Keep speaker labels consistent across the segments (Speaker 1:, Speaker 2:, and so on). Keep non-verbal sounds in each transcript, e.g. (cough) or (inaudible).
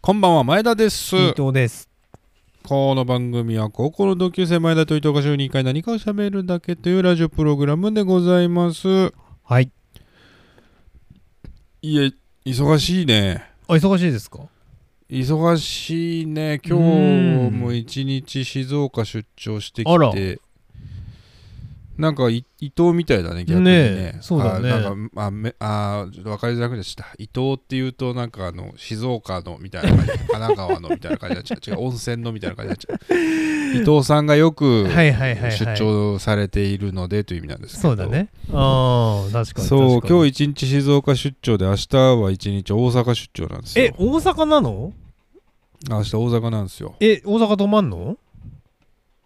Speaker 1: こんばんは前田です
Speaker 2: 伊藤です。
Speaker 1: この番組は高校の同級生前田と伊藤が週に1回何かを喋るだけというラジオプログラムでございます
Speaker 2: はい。
Speaker 1: いえ忙しいね
Speaker 2: あ、忙しいですか
Speaker 1: 忙しいね今
Speaker 2: う
Speaker 1: 日
Speaker 2: ん
Speaker 1: も一日静岡出張して
Speaker 2: あ
Speaker 1: き
Speaker 2: ら
Speaker 1: てなんかい伊藤みたいだね逆にね
Speaker 2: ねえそうだね
Speaker 1: あなんかあめあー分かりづらくでした伊藤っていうとなんかあの静岡のみたいな感じ神奈川のみたいな感じになっちゃ
Speaker 2: (laughs)
Speaker 1: う違う温泉のみたいな感じになっちゃう伊藤さんがよく
Speaker 2: はいはいはい、はい。
Speaker 1: 出張されているのでという意味なんですけど
Speaker 2: そうだね。ああ、確かに。
Speaker 1: そう
Speaker 2: 確か
Speaker 1: 今
Speaker 2: に
Speaker 1: 日一日静岡出張で明日は一日大阪出張なんですよ
Speaker 2: え、大阪なの
Speaker 1: 明日大阪なんですよ
Speaker 2: え、大阪泊まんの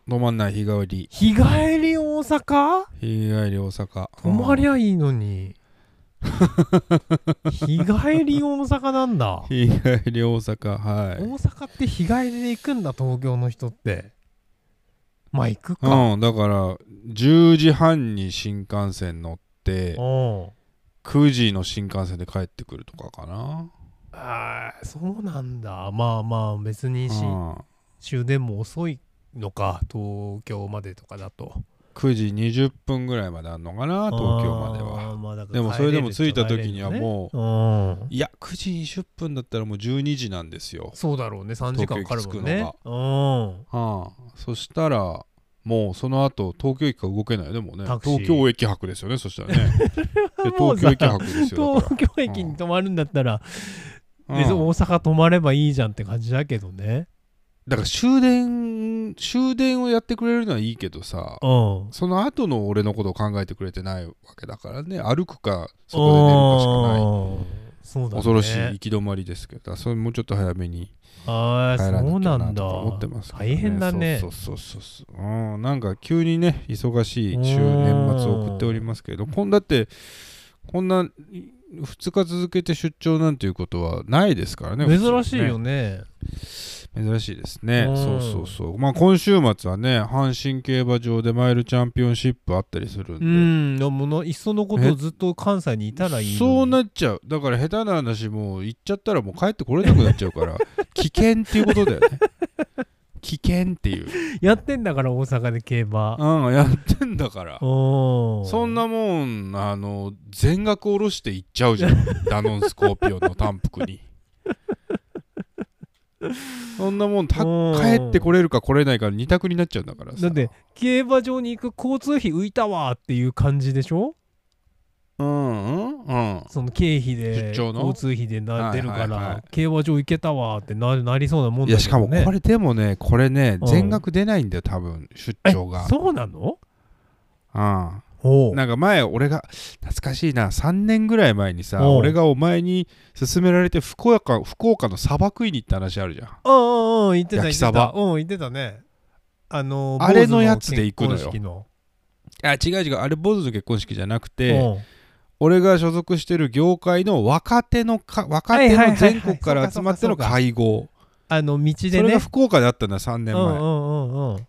Speaker 1: 止まんない日帰り
Speaker 2: 日帰り大阪
Speaker 1: 日帰り大阪
Speaker 2: 泊まりゃいいのに。 (laughs) 日帰り大阪なんだ。
Speaker 1: 日帰り大阪はい
Speaker 2: 大阪って日帰りで行くんだ、東京の人って。まあ行くか。
Speaker 1: うんだから10時半に新幹線乗って
Speaker 2: うん。
Speaker 1: 9時の新幹線で帰ってくるとかかな
Speaker 2: ああ、そうなんだ。まあまあ、別
Speaker 1: う
Speaker 2: にし、
Speaker 1: ん
Speaker 2: 終電も遅いのか東京までとかだと
Speaker 1: 9時20分ぐらいまであんのかな東京まで
Speaker 2: あー
Speaker 1: は
Speaker 2: まあだから
Speaker 1: でもそれでも着いた時には
Speaker 2: 帰れる
Speaker 1: もう
Speaker 2: 人は帰れるのね
Speaker 1: いや9時20分だったらもう12時なんですよ
Speaker 2: うん、そうだろうね3時間かかるもんね
Speaker 1: 東
Speaker 2: うん
Speaker 1: はあ、そしたらもうその後東京駅から動けないよねもうね
Speaker 2: タクシー
Speaker 1: 東京駅博ですよねそしたら
Speaker 2: (laughs)
Speaker 1: ねいや
Speaker 2: もう
Speaker 1: 東京
Speaker 2: さ
Speaker 1: 駅博
Speaker 2: (laughs)
Speaker 1: ですよだか
Speaker 2: 東京駅に泊まるんだったら、
Speaker 1: ら、
Speaker 2: 別に
Speaker 1: うん
Speaker 2: 大阪泊まればいいじゃんって感じだけどね
Speaker 1: だから終電終電をやってくれるのはいいけどさ
Speaker 2: うん
Speaker 1: その後の俺のことを考えてくれてないわけだからね歩くかそこで寝るかしかない
Speaker 2: うんそうだね
Speaker 1: 恐ろしい行き止まりですけどだからそれもうちょっと早めに
Speaker 2: ああ
Speaker 1: 帰らなき
Speaker 2: そ
Speaker 1: ゃ
Speaker 2: う
Speaker 1: な
Speaker 2: なんだ
Speaker 1: とか思ってますけどね、
Speaker 2: 大変だね
Speaker 1: そうそうそうそううんなんか急にね忙しい週
Speaker 2: うん
Speaker 1: 年末を送っておりますけれどこんだってこんな2日続けて出張なんていうことはないですからね
Speaker 2: 珍しいよ
Speaker 1: ね
Speaker 2: ね
Speaker 1: 珍しいですね
Speaker 2: うん
Speaker 1: そうそうそうまあ今週末はね阪神競馬場でマイルチャンピオンシップあったりするん
Speaker 2: う
Speaker 1: で、
Speaker 2: んでものいっそのことずっと関西にいたらいいのに
Speaker 1: そうなっちゃうだから下手な話もう行っちゃったらもう帰ってこれなくなっちゃうから危険っていうことだよ
Speaker 2: (laughs)
Speaker 1: ね危険っていう
Speaker 2: やってんだから大阪で競馬
Speaker 1: うんやってんだから
Speaker 2: おー
Speaker 1: そんなもんあの全額下ろして行っちゃうじゃ
Speaker 2: (laughs)
Speaker 1: んダノンスコーピオンの単服にそんなもんた
Speaker 2: うん
Speaker 1: 帰ってこれるか来れないかの二択になっちゃうんだからさ
Speaker 2: だって競馬場に行く交通費浮いたわーっていう感じでしょ
Speaker 1: うんうんうん
Speaker 2: その経費
Speaker 1: 出
Speaker 2: で
Speaker 1: 張の
Speaker 2: 交通費でな
Speaker 1: はい
Speaker 2: 出るから、
Speaker 1: はいはい
Speaker 2: 競馬場行けたわーってななりそうなもん
Speaker 1: い
Speaker 2: だ
Speaker 1: や
Speaker 2: け
Speaker 1: しか
Speaker 2: ど、
Speaker 1: も
Speaker 2: ね、
Speaker 1: これでもねこれね
Speaker 2: うん
Speaker 1: 全額出ないんだよ多分出張が
Speaker 2: えそうなの
Speaker 1: うん
Speaker 2: おう
Speaker 1: なんか前俺が懐かしいな3年ぐらい前にさ
Speaker 2: おう
Speaker 1: 俺がお前に勧められて福岡福岡の砂漠に行った話あるじゃん
Speaker 2: うんうんうん言ってた言
Speaker 1: 焼
Speaker 2: っ
Speaker 1: き
Speaker 2: て
Speaker 1: 鯖
Speaker 2: たうん言ってたねあのー
Speaker 1: あれの
Speaker 2: 坊主
Speaker 1: やつで行くのよ
Speaker 2: 結婚式の
Speaker 1: あ違う違うあれ坊主の結婚式じゃなくて、
Speaker 2: うん
Speaker 1: 俺が所属してる業界の若手のか若手
Speaker 2: はいはい
Speaker 1: の
Speaker 2: はいはい
Speaker 1: 全国から集まっての
Speaker 2: そうかそうかそうか
Speaker 1: 会合
Speaker 2: あの道
Speaker 1: そ
Speaker 2: で
Speaker 1: れ
Speaker 2: ね
Speaker 1: が福岡であったんだ3
Speaker 2: う
Speaker 1: 年前、
Speaker 2: んうんうんうん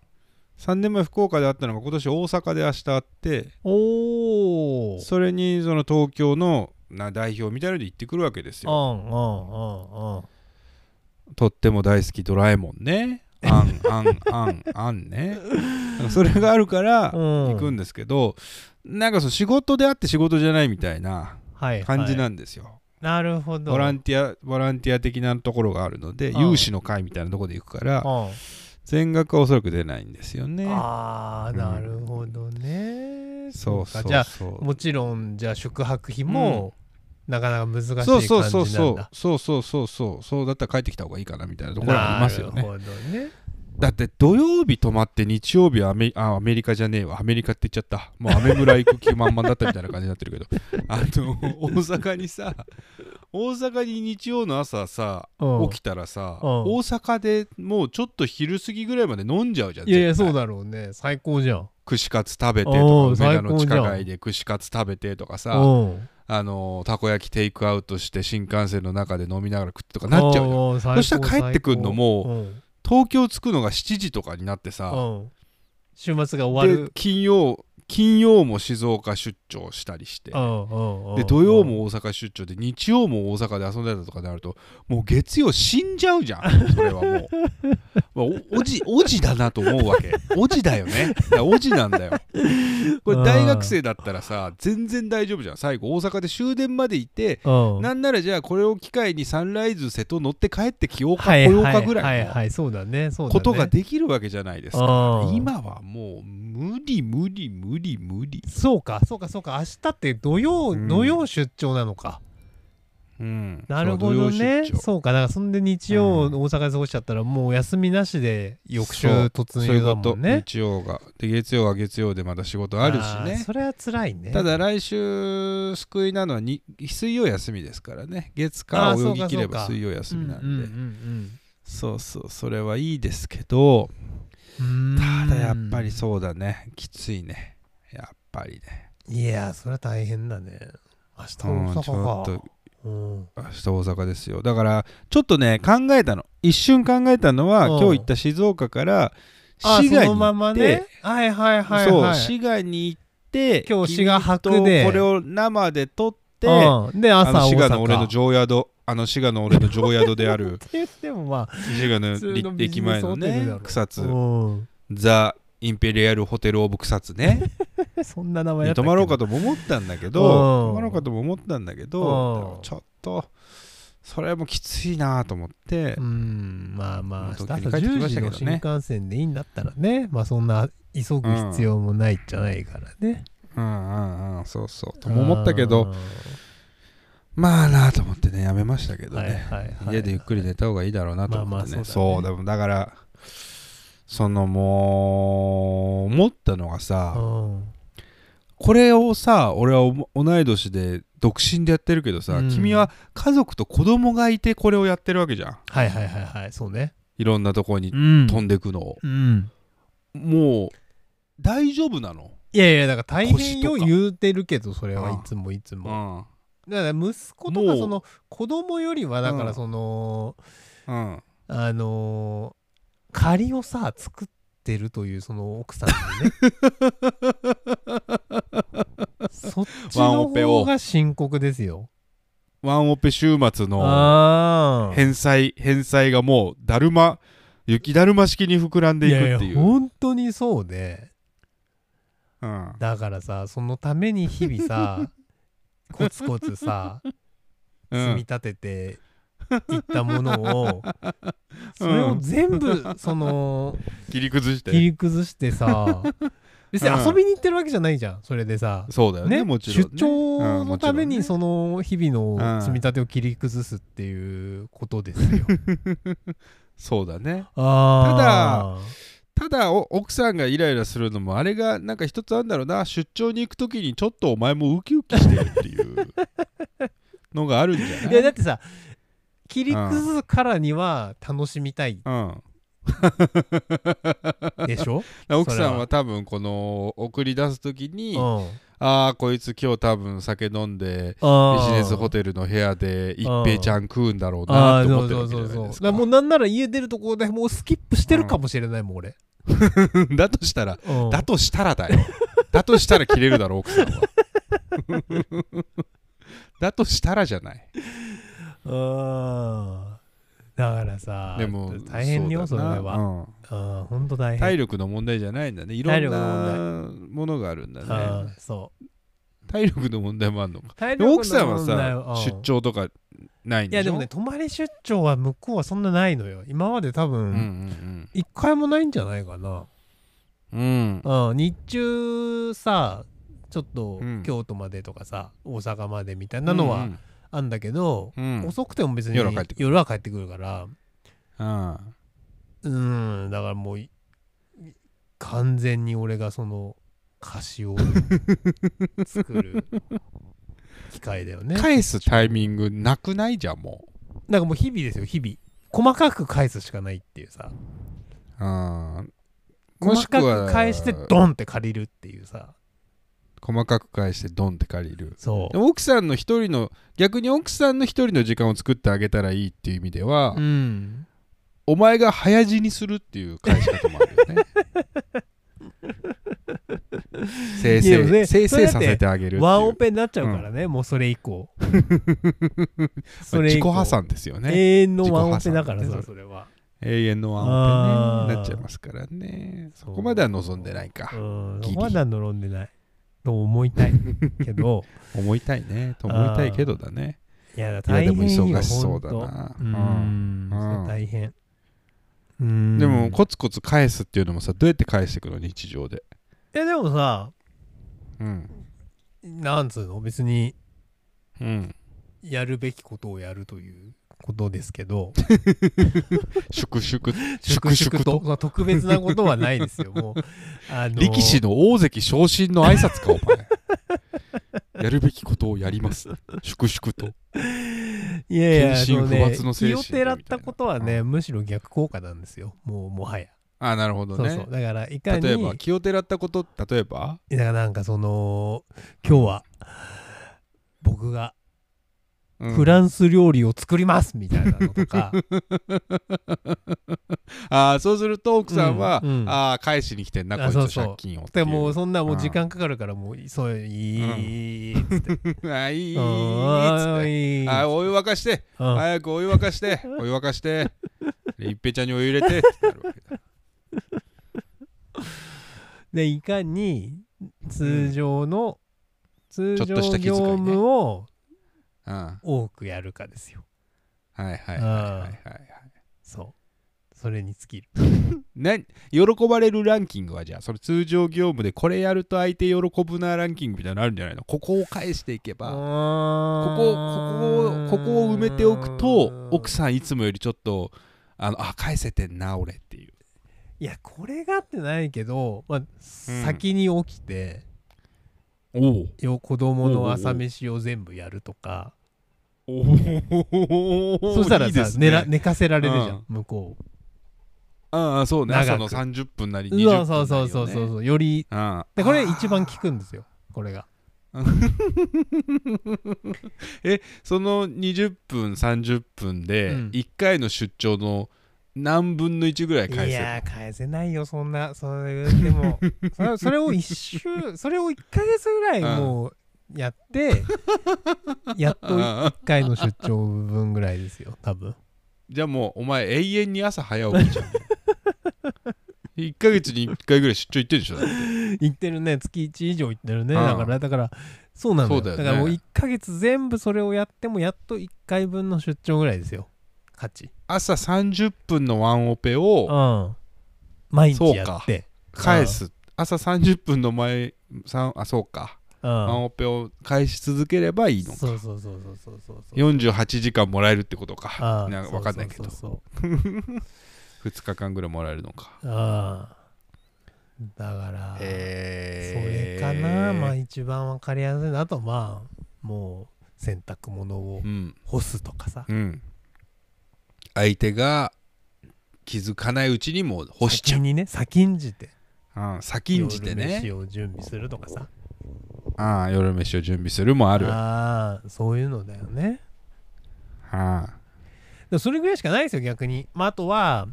Speaker 1: 3年前福岡であったのが今年大阪で明日あって
Speaker 2: おお
Speaker 1: それにその東京のな代表みたいなので行ってくるわけです
Speaker 2: う
Speaker 1: よ
Speaker 2: んうんうんうん
Speaker 1: とっても大好きドラえもんねあ
Speaker 2: (laughs)
Speaker 1: んあんあんあんねなんかそれがあるから
Speaker 2: うん
Speaker 1: 行くんですけど、なんかそう仕事であって仕事じゃないみたいな
Speaker 2: はいはい
Speaker 1: 感じなんですよ、
Speaker 2: なるほど
Speaker 1: ボランティアボランティア的なところがあるので、
Speaker 2: うん
Speaker 1: 有志の会みたいなところで行くから、
Speaker 2: うん
Speaker 1: 全額はおそらく出ないんですよね。
Speaker 2: ああ
Speaker 1: うん
Speaker 2: なるほどね、
Speaker 1: そうそう
Speaker 2: か
Speaker 1: そう。
Speaker 2: じゃあ
Speaker 1: そう
Speaker 2: もちろんじゃあ宿泊費も、なかなか難しい感じ
Speaker 1: そ
Speaker 2: な
Speaker 1: うん
Speaker 2: だ
Speaker 1: そうそうそうそうそうそうそうそうだったら帰ってきた方がいいかなみたいなところはありますよ
Speaker 2: なる
Speaker 1: ね。
Speaker 2: ほどね
Speaker 1: だって土曜日泊まって日曜日はアメあアメリカじゃねえわアメリカって言っちゃったもうアメ村行く気満々だったみたいな感じになってるけど
Speaker 2: (laughs)
Speaker 1: あの大阪にさ大阪に日曜の朝さ
Speaker 2: うん
Speaker 1: 起きたらさ、
Speaker 2: うん
Speaker 1: 大阪でもうちょっと昼過ぎぐらいまで飲んじゃうじゃん
Speaker 2: いやいや
Speaker 1: 絶対
Speaker 2: そうだろうね最高じゃん
Speaker 1: 串カツ食べて
Speaker 2: お
Speaker 1: と
Speaker 2: ー
Speaker 1: か梅田の地
Speaker 2: 最高じゃん
Speaker 1: 下街で串カツ食べてとか
Speaker 2: う
Speaker 1: さ
Speaker 2: ん
Speaker 1: あのーたこ焼きテイクアウトして新幹線の中で飲みながら食ってとかなっちゃうよ
Speaker 2: うん最
Speaker 1: そ
Speaker 2: 高
Speaker 1: したら帰ってくんのも
Speaker 2: 最
Speaker 1: 東京着くのが7時とかになって
Speaker 2: 高う
Speaker 1: さ
Speaker 2: んうん週末が終わ
Speaker 1: で
Speaker 2: る
Speaker 1: 金曜金曜も静岡出張したりしてで
Speaker 2: で
Speaker 1: 土曜も大阪出張で日曜も大阪で遊んでたとかであるともう月曜死んじゃうじゃ
Speaker 2: (laughs)
Speaker 1: んそれはもうまあおおじおじだなと思うわけおじだよねいやおじなんだよこれ大学生だったらさ全然大丈夫じゃん最後大阪で終電までいて
Speaker 2: な
Speaker 1: なんならじゃあこれを機会にサンライズ瀬戸乗って帰ってきようか
Speaker 2: は
Speaker 1: 来
Speaker 2: い
Speaker 1: よう
Speaker 2: は
Speaker 1: か
Speaker 2: い
Speaker 1: ぐ
Speaker 2: は
Speaker 1: ら
Speaker 2: い
Speaker 1: いの
Speaker 2: はいそうだねそうだね
Speaker 1: ことができるわけじゃないですか
Speaker 2: うん
Speaker 1: 今はもう無理無理無理無理
Speaker 2: そうかそうかそうか明日って土曜
Speaker 1: うん
Speaker 2: 土曜出張なのか
Speaker 1: うん
Speaker 2: なるほどね
Speaker 1: そう土曜出張
Speaker 2: そうかだからそんで日曜大
Speaker 1: うん
Speaker 2: 阪で過ごしちゃったらもう休みなしで翌週
Speaker 1: そう
Speaker 2: 突
Speaker 1: そうい
Speaker 2: 入
Speaker 1: うこ
Speaker 2: だも
Speaker 1: と
Speaker 2: んね
Speaker 1: 日曜がで月曜は月曜でまた仕事あるし
Speaker 2: ー
Speaker 1: ね
Speaker 2: それは辛いね
Speaker 1: ただ来週救いなのはに水曜休みですからね月火
Speaker 2: あーそ
Speaker 1: 泳
Speaker 2: う
Speaker 1: ぎ
Speaker 2: か
Speaker 1: 切れ
Speaker 2: そ
Speaker 1: ば
Speaker 2: うか
Speaker 1: 水曜休みなんで、
Speaker 2: ん
Speaker 1: そうそうそれはいいですけど
Speaker 2: うん
Speaker 1: ただやっぱり
Speaker 2: う
Speaker 1: そうだねきついねやっぱりね
Speaker 2: んいやーそれは大変だね明日
Speaker 1: うん
Speaker 2: 大
Speaker 1: ちょっ
Speaker 2: 阪
Speaker 1: と
Speaker 2: かうん
Speaker 1: 明日大阪ですよだからちょっとね考えたの一瞬考えたのは
Speaker 2: うん
Speaker 1: 今日行った静岡から
Speaker 2: あ
Speaker 1: 滋賀
Speaker 2: その
Speaker 1: に
Speaker 2: ま
Speaker 1: 行
Speaker 2: ま
Speaker 1: って
Speaker 2: ねはいはいはい
Speaker 1: そう
Speaker 2: はい
Speaker 1: 滋賀に行って
Speaker 2: 今日滋賀博で
Speaker 1: 君とこれを生で撮って
Speaker 2: うんで
Speaker 1: あ
Speaker 2: 朝
Speaker 1: の滋賀
Speaker 2: 大
Speaker 1: の
Speaker 2: 阪
Speaker 1: 俺の常宿あの滋賀の俺の常宿であ
Speaker 2: っ (laughs)
Speaker 1: る
Speaker 2: て言ってもまあ
Speaker 1: 滋賀の
Speaker 2: 普通のビ
Speaker 1: 駅
Speaker 2: ジネ
Speaker 1: 前
Speaker 2: ス
Speaker 1: の
Speaker 2: ホテルだろ
Speaker 1: ね草津
Speaker 2: うん
Speaker 1: ザ・インペリアル・ホテル・オブ・草津ね
Speaker 2: そんな名前や
Speaker 1: に
Speaker 2: った
Speaker 1: 泊
Speaker 2: っけ
Speaker 1: まろうかとも思ったんだけど
Speaker 2: うん
Speaker 1: 泊まろうかとも思ったんだけ
Speaker 2: う
Speaker 1: ど
Speaker 2: ん
Speaker 1: ちょっとそれもきついなと思って
Speaker 2: うんまあまあ
Speaker 1: もう
Speaker 2: 明日
Speaker 1: と
Speaker 2: 朝
Speaker 1: っくに帰ってきま
Speaker 2: 10
Speaker 1: したけ
Speaker 2: 時
Speaker 1: ど
Speaker 2: の
Speaker 1: ね
Speaker 2: 新幹線でいいんだったらねまあそんな急ぐ必要もないじゃないからね
Speaker 1: うんうんうんそうそうとも思ったけ
Speaker 2: う
Speaker 1: ど
Speaker 2: ん
Speaker 1: まあなあと思ってねやめましたけど
Speaker 2: はい
Speaker 1: ね
Speaker 2: はいはい
Speaker 1: 家でゆっくり寝た方がいいだろうなと思ってね,、
Speaker 2: まあまあ
Speaker 1: そ
Speaker 2: そうう
Speaker 1: だ
Speaker 2: だ
Speaker 1: もだからそのもう思ったのがさ、
Speaker 2: うん
Speaker 1: これをさ俺はおも同い年で独身でやってるけどさ、
Speaker 2: うん
Speaker 1: 君は家族と子供がいてこれをやってるわけじゃん
Speaker 2: はいはいはいはいそうね
Speaker 1: いろんなとこに
Speaker 2: ん
Speaker 1: 飛んでくのを、
Speaker 2: うん
Speaker 1: もう大丈夫なの
Speaker 2: いやいやだから大変よ
Speaker 1: 腰とか
Speaker 2: 言うてるけどそれ
Speaker 1: うん
Speaker 2: はいつもいつ
Speaker 1: う
Speaker 2: も
Speaker 1: ん
Speaker 2: だから息子と
Speaker 1: も
Speaker 2: か
Speaker 1: う
Speaker 2: その子供よりはだからその
Speaker 1: うん
Speaker 2: あのー借りをさ作ってるというその奥さんにね
Speaker 1: (laughs)
Speaker 2: そっち
Speaker 1: ワンオ
Speaker 2: の
Speaker 1: ペを
Speaker 2: 方が深刻ですよ
Speaker 1: ワンオペ週末の
Speaker 2: ああ
Speaker 1: 返済返済がもうだるま雪だるま式に膨らんでいくっていう
Speaker 2: やいや本当にそうで
Speaker 1: うん、
Speaker 2: だからさそのために日々
Speaker 1: (laughs)
Speaker 2: さコツコツさ
Speaker 1: う
Speaker 2: 積み
Speaker 1: ん、
Speaker 2: 立てていったものを、それを全部その
Speaker 1: 切り崩して
Speaker 2: 切り崩し
Speaker 1: (laughs)
Speaker 2: てさ別に遊びに行ってるわけじゃないじゃんそれでさ
Speaker 1: そうだよね
Speaker 2: ね
Speaker 1: もちろ
Speaker 2: 出
Speaker 1: ん、ね、
Speaker 2: 張のため
Speaker 1: うん
Speaker 2: に
Speaker 1: もちろ
Speaker 2: その日々の積み立てを切り崩すっていうことです
Speaker 1: (laughs)
Speaker 2: よ。
Speaker 1: そうだね
Speaker 2: あ
Speaker 1: ただお奥さんがイライラするのもあれがなんか一つあるんだろうな (laughs) 出張に行く時にちょっとお前もウキウキしてるっていう (laughs) のがあるんじゃない
Speaker 2: いやだってさ切り崩すからには楽しみたい
Speaker 1: うん、
Speaker 2: でしょ、
Speaker 1: 奥さんは多分この送り出す時に、
Speaker 2: うん、
Speaker 1: ああこいつ今日多分酒飲んでビ
Speaker 2: ビ
Speaker 1: ジネスホ
Speaker 2: テ
Speaker 1: テルの部屋で一
Speaker 2: うん
Speaker 1: 平ちゃん食うんだろう
Speaker 2: あ
Speaker 1: な
Speaker 2: あ
Speaker 1: と思っ
Speaker 2: そう
Speaker 1: てる
Speaker 2: そ
Speaker 1: わ
Speaker 2: う
Speaker 1: けじ
Speaker 2: そ
Speaker 1: ゃ
Speaker 2: う
Speaker 1: ないです
Speaker 2: そうだからもうなんなら家出るとこでもうスキップしてるかもしれないもん俺、
Speaker 1: か (laughs) だとしたら
Speaker 2: うん
Speaker 1: だとしたらだ
Speaker 2: (laughs)
Speaker 1: よ。だとしたら切れるだろう、奥さんは。 (laughs) だとしたらじゃない。
Speaker 2: うんだからさ
Speaker 1: でも、
Speaker 2: 大変よそ
Speaker 1: そうだな
Speaker 2: れは、
Speaker 1: うん
Speaker 2: うん、ほんと大変
Speaker 1: 体力の問題じゃないんだね。いろ
Speaker 2: 体
Speaker 1: ん
Speaker 2: 力
Speaker 1: なものがあるんだ
Speaker 2: あ
Speaker 1: ね。
Speaker 2: ーそう
Speaker 1: 体力の問題もあるのか。
Speaker 2: 体
Speaker 1: で
Speaker 2: 力の
Speaker 1: 奥さんは
Speaker 2: 問題は
Speaker 1: さ、
Speaker 2: うん
Speaker 1: 出張とかないん
Speaker 2: い
Speaker 1: で
Speaker 2: や
Speaker 1: し
Speaker 2: で
Speaker 1: ょ
Speaker 2: もね泊まり出張は向こうはそんなないのよ今まで多
Speaker 1: うんう
Speaker 2: 分
Speaker 1: ん
Speaker 2: 一回もないんじゃないかな、
Speaker 1: うん。
Speaker 2: うん、日中さちょっと
Speaker 1: うん
Speaker 2: 京都までとかさ、大阪までみたい
Speaker 1: うん
Speaker 2: なのは、あんだけど、
Speaker 1: うんうん
Speaker 2: 遅くても別に
Speaker 1: 夜は帰ってくる
Speaker 2: 夜は帰ってくるから
Speaker 1: うん
Speaker 2: うんだからもうい完全に俺がその歌詞を作
Speaker 1: (laughs)
Speaker 2: る機会だよね
Speaker 1: 返すタイミングなくないじゃん、も
Speaker 2: なんかもう日々ですよ日々細かく返すしかないっていうさ
Speaker 1: う。うんもし
Speaker 2: 細
Speaker 1: く
Speaker 2: か
Speaker 1: は
Speaker 2: く返してドンって借りるっていうさ
Speaker 1: 細かく返してドンって借りる。
Speaker 2: そ
Speaker 1: で
Speaker 2: う
Speaker 1: も奥さんの一人の逆に奥さんの一人の時間を作ってあげたらいいっていう意味では、
Speaker 2: うん
Speaker 1: お前
Speaker 2: (laughs)
Speaker 1: が早死にするっていう返し方もあるよねせい
Speaker 2: いや
Speaker 1: せ
Speaker 2: でも
Speaker 1: い
Speaker 2: ね
Speaker 1: せい
Speaker 2: そ
Speaker 1: せ
Speaker 2: れ
Speaker 1: い
Speaker 2: だ
Speaker 1: さ
Speaker 2: って
Speaker 1: せてあげるっていう
Speaker 2: ワンオペになっちゃうからね、もうそれ以
Speaker 1: (laughs)
Speaker 2: 降それ
Speaker 1: 自己
Speaker 2: 以降
Speaker 1: 破産ですよね
Speaker 2: 永遠のワンオペだから
Speaker 1: 自己破産
Speaker 2: さ
Speaker 1: ね
Speaker 2: それは
Speaker 1: 永遠のワンオペ
Speaker 2: あー
Speaker 1: になっちゃいますからねそこまでは望んでないか
Speaker 2: うん
Speaker 1: ギリ
Speaker 2: まだ飲んでないと思いたい
Speaker 1: (laughs)
Speaker 2: けど
Speaker 1: 思いたいねと思いたいけどだね
Speaker 2: いやだ
Speaker 1: いや
Speaker 2: 大
Speaker 1: でも
Speaker 2: 変よ
Speaker 1: 忙しそうだ
Speaker 2: ほんと
Speaker 1: なう
Speaker 2: う
Speaker 1: ん
Speaker 2: ん
Speaker 1: うん
Speaker 2: それ大変うん
Speaker 1: でも
Speaker 2: こ
Speaker 1: コツコツ返すっていうのもさどうやって返していくの日常で
Speaker 2: いやでもさ
Speaker 1: うん
Speaker 2: なんつうの別に
Speaker 1: うん
Speaker 2: やるべきことをやるということですけど
Speaker 1: 粛々
Speaker 2: 粛々とまあ特別なことはないですよもうあの
Speaker 1: 力士の大関昇進の挨拶かお (laughs) 前やるべきことをやります粛々と
Speaker 2: いやいや
Speaker 1: 献身
Speaker 2: あのね
Speaker 1: 不発の精神
Speaker 2: 気をてらったことはねむしろ逆効果なんですよもうもはや
Speaker 1: あなるほど
Speaker 2: そう
Speaker 1: ね
Speaker 2: そうだからいかに
Speaker 1: 例えば気をてらったこと例えば
Speaker 2: だからなんかその今日は僕が
Speaker 1: うん
Speaker 2: フランス料理を作りますみたいなのとか、
Speaker 1: あーそうすると奥さんは、
Speaker 2: うんうん
Speaker 1: あー返しに来てんなこい
Speaker 2: あ
Speaker 1: つ
Speaker 2: そうそう
Speaker 1: 借金をってい
Speaker 2: で
Speaker 1: う (laughs)
Speaker 2: もうそんなもう時間かかるからもうそういいっつっ
Speaker 1: あ
Speaker 2: て
Speaker 1: ーいい
Speaker 2: 「
Speaker 1: いいっつって
Speaker 2: いい
Speaker 1: あーお湯沸かして
Speaker 2: うん
Speaker 1: 早くお湯沸かして
Speaker 2: (laughs)
Speaker 1: お湯沸かしてで一平ちゃんにお湯入れてってなるわけだ
Speaker 2: でいかに通常の、通
Speaker 1: ちょっとした気
Speaker 2: 常
Speaker 1: 遣い
Speaker 2: 業
Speaker 1: ね
Speaker 2: 務を
Speaker 1: うん
Speaker 2: 多くやるかですよ
Speaker 1: はいはいはいはいはいはい
Speaker 2: そうそれに尽きる
Speaker 1: な喜ばれるランキングはじゃあそれ通常業務でこれやると相手喜ぶなランキングみたいなのあるんじゃないのここを返していけばここここをここを埋めておくと奥
Speaker 2: さん
Speaker 1: さんいつもよりちょっとあのあ返せてんな俺っていう
Speaker 2: いやこれがってないけど、まあ、先に起きて、
Speaker 1: お
Speaker 2: よ子供の朝飯を全部やるとか
Speaker 1: おお
Speaker 2: そしたらさ寝ら
Speaker 1: ね、
Speaker 2: 寝かせられるじゃん、
Speaker 1: うん
Speaker 2: 向こう
Speaker 1: ああそうね
Speaker 2: 長
Speaker 1: 朝
Speaker 2: く
Speaker 1: の30分なり20分
Speaker 2: う
Speaker 1: なり、
Speaker 2: わ
Speaker 1: ね、
Speaker 2: そうそうそうそう
Speaker 1: う
Speaker 2: そうより
Speaker 1: ああ
Speaker 2: でこれ一番効くんですよこれが
Speaker 1: その20分30分で
Speaker 2: うん
Speaker 1: 1回の出張の何分の1ぐらい返
Speaker 2: い
Speaker 1: せるの
Speaker 2: やー返せないよそんなそれ
Speaker 1: (laughs)
Speaker 2: でもそれそれを一週それを1ヶ月ぐらいもうや
Speaker 1: (laughs)
Speaker 2: って、やっと1
Speaker 1: ああ
Speaker 2: 回の出張分ぐらいですよ多分
Speaker 1: じゃあもうお前永遠に朝早起きじゃん。1ヶ月に1回ぐらい出張行ってるでしょだって
Speaker 2: 行ってるね月1以上行ってるね
Speaker 1: うん
Speaker 2: だからだからそうなんだよ
Speaker 1: そうだよね
Speaker 2: からもう1ヶ月全部それをやってもやっと1回分の出張ぐらいですよ価値
Speaker 1: 朝30分のワンオペ
Speaker 2: う
Speaker 1: を
Speaker 2: ん毎日やって
Speaker 1: 返す。朝30分の前、さんあ、そうか。
Speaker 2: う
Speaker 1: ワン
Speaker 2: ん
Speaker 1: オペを返し続ければいいの
Speaker 2: そう
Speaker 1: か。
Speaker 2: そうそうそうそうそうそう
Speaker 1: 48時間もらえるってことか
Speaker 2: あ。あ
Speaker 1: なんかわかんないけど。
Speaker 2: そうそうそう
Speaker 1: 2日間ぐらいもらえるのか。
Speaker 2: そうああだからそれ
Speaker 1: え
Speaker 2: かなまあ
Speaker 1: あ。
Speaker 2: 一番わかりやすいなあとまあもう洗濯物を
Speaker 1: うん。
Speaker 2: 干すとかさ
Speaker 1: うん。相手が気づかないうちにもう干しちゃ
Speaker 2: 先にね先んじて
Speaker 1: う。うん、先んじてね。
Speaker 2: 夜飯を準備するとかさ
Speaker 1: ああ夜飯を準備するもあるあ
Speaker 2: ああそういうのだよね
Speaker 1: あ
Speaker 2: でもそれぐらいしかないですよ逆に、まあ、あとは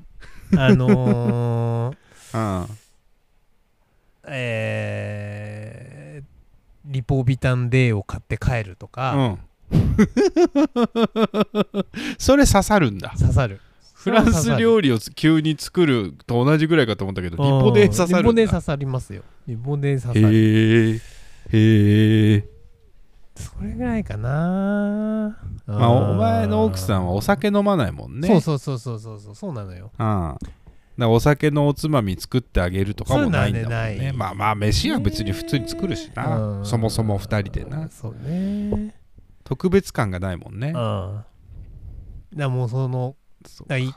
Speaker 2: あ
Speaker 1: (laughs)
Speaker 2: のー、
Speaker 1: あ
Speaker 2: えー、リポビタンデーを買って帰ると
Speaker 1: あ
Speaker 2: か、
Speaker 1: うん (laughs) それ刺さるんだ
Speaker 2: 刺さる
Speaker 1: フランス料
Speaker 2: 理
Speaker 1: 理を急に作ると同じぐらいかと思ったけどリポで刺さ
Speaker 2: リ
Speaker 1: る
Speaker 2: ポ
Speaker 1: ん
Speaker 2: デー
Speaker 1: だ
Speaker 2: 刺さりますよリポデー刺さる
Speaker 1: へえへえ
Speaker 2: それぐらいかな
Speaker 1: まあお前の奥さ
Speaker 2: ん
Speaker 1: んはお酒飲まないもんね
Speaker 2: そうそうそうそうそうそうそうなのよ
Speaker 1: ああだからお酒のおつまみ作ってあげるとかもないんだもん
Speaker 2: そうなん
Speaker 1: ね
Speaker 2: でない
Speaker 1: まあまあ飯は別に普通に作るしな、
Speaker 2: うん
Speaker 1: そもそも2人でな
Speaker 2: そうね
Speaker 1: 特別感がないもんね
Speaker 2: うんだからもうその
Speaker 1: そう
Speaker 2: だからい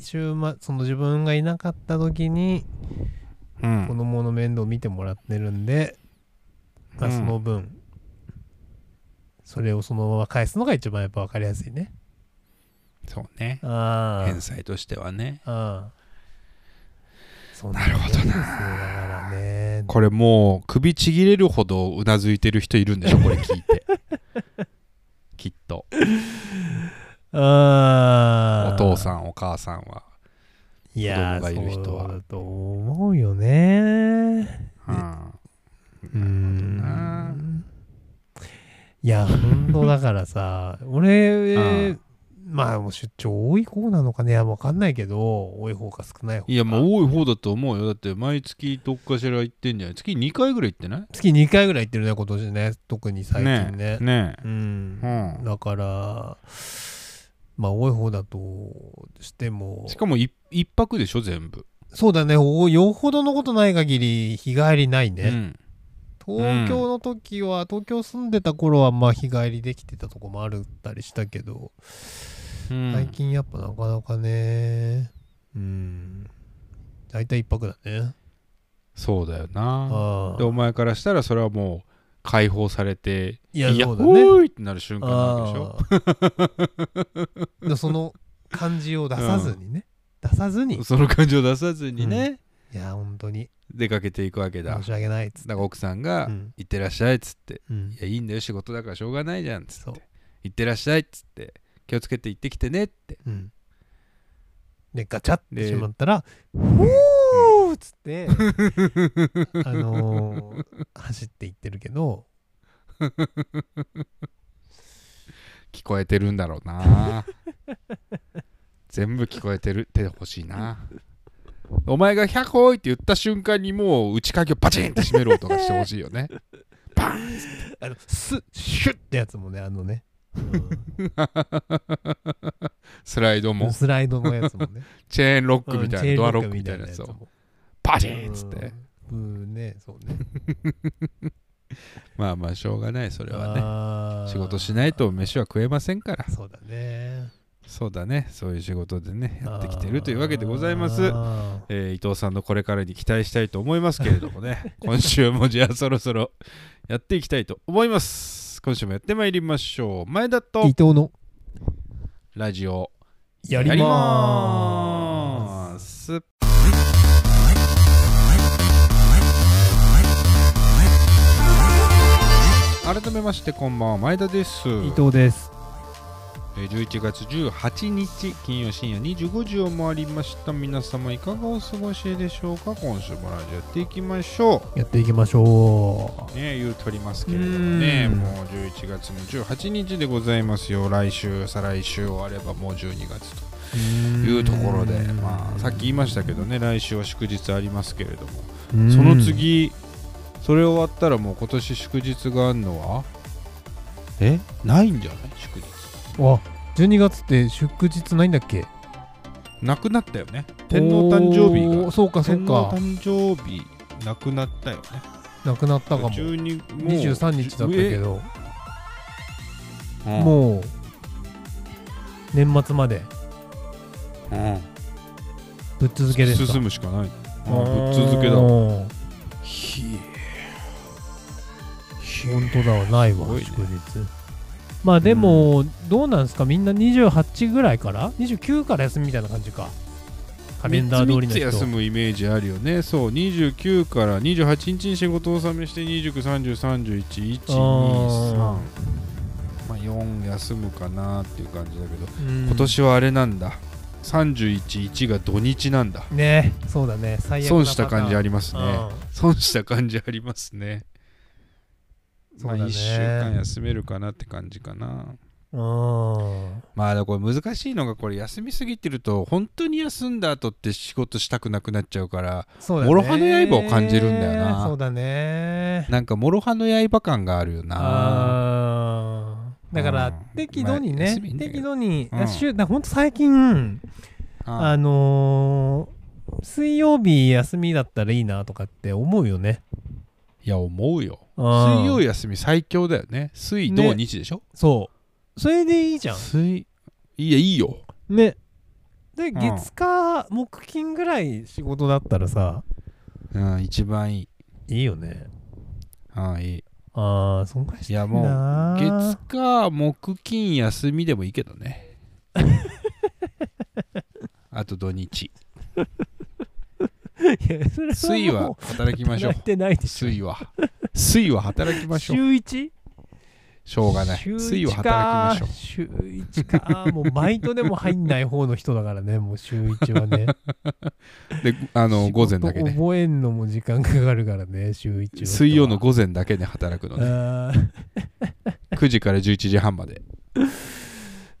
Speaker 2: 週末その自分がいなかった時に
Speaker 1: うん
Speaker 2: 子供の面倒を見てもらってるんで、まあ、
Speaker 1: うん
Speaker 2: その分、それをそのまま返すのが一番やっぱ分かりやすいね
Speaker 1: そうね
Speaker 2: あ
Speaker 1: 返済としてはね
Speaker 2: あああそん
Speaker 1: なるほどな
Speaker 2: ですよだからね
Speaker 1: これもう首ちぎれるほどうなずいてる人いるんでしょこれ聞い
Speaker 2: (laughs)
Speaker 1: てきっと
Speaker 2: あ
Speaker 1: お
Speaker 2: あ
Speaker 1: 父さんお母さんはい
Speaker 2: やー
Speaker 1: 子供がいる人は
Speaker 2: そうだと思うよね
Speaker 1: うん
Speaker 2: う
Speaker 1: なるほ
Speaker 2: ー
Speaker 1: ど
Speaker 2: んいや本当だからさ俺まあもう出張多い方なのかねいやわかんないけど多い方か少ない方か
Speaker 1: いやもう多い方だと思うよだって毎月どっかしら行ってんじゃない月2回ぐらい行ってない
Speaker 2: 月2回ぐらい行ってるね今年ね特に最近
Speaker 1: ね
Speaker 2: ね
Speaker 1: えね
Speaker 2: う
Speaker 1: え、
Speaker 2: ん、
Speaker 1: うん
Speaker 2: だからまあ多い方だとしても
Speaker 1: しかもい一泊でしょ全部
Speaker 2: そうだねおよほどのことない限り日帰りないね、
Speaker 1: うん
Speaker 2: 東京の時は、東京住んでた頃はまあ日帰りできてたとこもあるったりしたけど、
Speaker 1: うん
Speaker 2: 最近やっぱなかなかねうん大体一泊だね
Speaker 1: そうだよな
Speaker 2: あ
Speaker 1: でお前からしたらそれはもう解放されてい
Speaker 2: いやそうだ
Speaker 1: お
Speaker 2: ね
Speaker 1: ーいってなる瞬間なわけでしょ
Speaker 2: あー (laughs) でその感じを出さずにね、出さずにい
Speaker 1: その感情を出さずにね、
Speaker 2: や本当に
Speaker 1: 出かけていくわけだ
Speaker 2: 申
Speaker 1: だか
Speaker 2: し訳ないっつって
Speaker 1: ら奥さんが
Speaker 2: う
Speaker 1: 「
Speaker 2: ん
Speaker 1: 行ってらっしゃい」っつって
Speaker 2: う
Speaker 1: 「
Speaker 2: ん
Speaker 1: いやいいんだよ仕事だからしょうがないじゃん」っつ
Speaker 2: そう
Speaker 1: って「行ってらっしゃい」っつって「気をつけて行ってきてね」って
Speaker 2: うんでガチャって
Speaker 1: で
Speaker 2: しまったら「おー!」っつって
Speaker 1: (laughs)
Speaker 2: あのー走っていってるけど
Speaker 1: 聞こえてるんだろう (laughs) な全部聞こえてるってほしいなお前が「100ほい!」って言った瞬間にもう内鍵をパチンって閉める音がしてほしいよ (laughs) ね
Speaker 2: あのスシュッってやつもねあのね、
Speaker 1: スライド
Speaker 2: う
Speaker 1: も
Speaker 2: ん、スライドのやつ
Speaker 1: (laughs)
Speaker 2: もね
Speaker 1: チェーンロック
Speaker 2: うん
Speaker 1: みた
Speaker 2: チェ
Speaker 1: いな
Speaker 2: ー
Speaker 1: ドア
Speaker 2: ン
Speaker 1: ロックみたいなやつを
Speaker 2: も
Speaker 1: パチンっつって
Speaker 2: うんうんねそうね
Speaker 1: まあまあしょうがないそれはね
Speaker 2: は
Speaker 1: 仕事しないと飯は食えませんから
Speaker 2: そうだね
Speaker 1: そうだねそういう仕事でねやってきてるというわけでございます
Speaker 2: あー
Speaker 1: えー伊藤さんのこれからに期待したいと思いますけれども
Speaker 2: (laughs)
Speaker 1: ね今週もじゃあそろそろやっていきたいと思います今週もやってまいりましょう前田
Speaker 2: 伊
Speaker 1: と
Speaker 2: 藤の
Speaker 1: ラジオ
Speaker 2: やり
Speaker 1: や
Speaker 2: ま
Speaker 1: りますす改めましてこんばんは前田です
Speaker 2: 伊藤です
Speaker 1: えー11月18日金曜深夜25時を回りました皆様いかがお過ごしでしょうか今週もラジオやっていきましょ
Speaker 2: やっていきましょ
Speaker 1: うね言うとりますけれどもね
Speaker 2: うーん
Speaker 1: もう11月の18日でございますよ来週再来週終わればもう12月
Speaker 2: う
Speaker 1: というところで
Speaker 2: うん
Speaker 1: まあさっき言いましたけどね来週は祝日ありますけれども
Speaker 2: うん
Speaker 1: その次それ終わったらもう今年祝日があるのはえないんじゃない祝日
Speaker 2: あ12月って祝日ないんだっけ
Speaker 1: なくなったよね天皇誕生日が
Speaker 2: おーそうかそう
Speaker 1: 天皇
Speaker 2: か
Speaker 1: 誕生日なくなったよね。
Speaker 2: なくなったかも
Speaker 1: 12もう
Speaker 2: 23日だったけど
Speaker 1: えうん
Speaker 2: もう年末まで
Speaker 1: うん
Speaker 2: ぶっ続けですか
Speaker 1: 進むしかない。う
Speaker 2: あ
Speaker 1: んぶ
Speaker 2: ー
Speaker 1: っ続けだ。
Speaker 2: 本
Speaker 1: ひ
Speaker 2: 当だわない
Speaker 1: すごい
Speaker 2: わ
Speaker 1: ね
Speaker 2: 祝日まあでもどうなんですかみんな28ぐらいから29から休みみたいな感じかカレンダー通りの
Speaker 1: 3つ休
Speaker 2: 人
Speaker 1: むイメージあるよね。そう、29から28日に仕事を納めして、29、30、31、1、2、3。
Speaker 2: あ
Speaker 1: まあ、4休むかなっていう感じだけど、
Speaker 2: 今
Speaker 1: 今年はあれなんだ。31、1が土日なんだ。
Speaker 2: ねそうだね最悪な
Speaker 1: 損した感じあ
Speaker 2: り
Speaker 1: りますね。損した感じありますね。
Speaker 2: そうだね
Speaker 1: まあ1週間休めるかなって感じかな。
Speaker 2: うん
Speaker 1: まあでもこれ難しいのがこれ休みすぎてると本当に休んだ後って仕事したくなくなっちゃうから
Speaker 2: そうだね
Speaker 1: 諸刃の刃を感じるんだよな
Speaker 2: そうだね
Speaker 1: なんか諸刃の刃感があるよな。
Speaker 2: あーだか
Speaker 1: う
Speaker 2: ら
Speaker 1: ん
Speaker 2: 適度に
Speaker 1: まあ
Speaker 2: ね
Speaker 1: 休みいいんだけど
Speaker 2: 適度に
Speaker 1: うん
Speaker 2: 週だほんと最近あ
Speaker 1: あ
Speaker 2: のー水曜日休みだったらいいなとかって思うよね
Speaker 1: いや思うよ。
Speaker 2: 水
Speaker 1: 水曜休み最強だよね。水土
Speaker 2: ね
Speaker 1: 日でしょ、
Speaker 2: そうそれでいいじゃん
Speaker 1: 水いやいいよ。
Speaker 2: ねで
Speaker 1: ん
Speaker 2: 月火木金ぐらい仕事だったらさ
Speaker 1: うん一番いい。
Speaker 2: いいよね
Speaker 1: あいい。
Speaker 2: ああそんぐらいし
Speaker 1: い
Speaker 2: た
Speaker 1: や
Speaker 2: い
Speaker 1: もう
Speaker 2: な
Speaker 1: 月か木金休みでもいいけど
Speaker 2: (laughs)
Speaker 1: ねあと土日
Speaker 2: いやそれは
Speaker 1: 水は
Speaker 2: も
Speaker 1: 働
Speaker 2: う
Speaker 1: きましょう
Speaker 2: 働いてないでしょ
Speaker 1: 水は水は働きましょう
Speaker 2: 週 1?
Speaker 1: しょうがない
Speaker 2: 週
Speaker 1: 水を
Speaker 2: 一
Speaker 1: 働
Speaker 2: か
Speaker 1: きましょう
Speaker 2: 週一かもうバイトでも入んない方の人だか
Speaker 1: (laughs)
Speaker 2: らねもう週一はね
Speaker 1: であの
Speaker 2: 仕事
Speaker 1: 午前だけね
Speaker 2: 覚えんのも時間かかるからね週一は
Speaker 1: 水曜の午前だけね働くのね
Speaker 2: あー
Speaker 1: 9時から11時半まで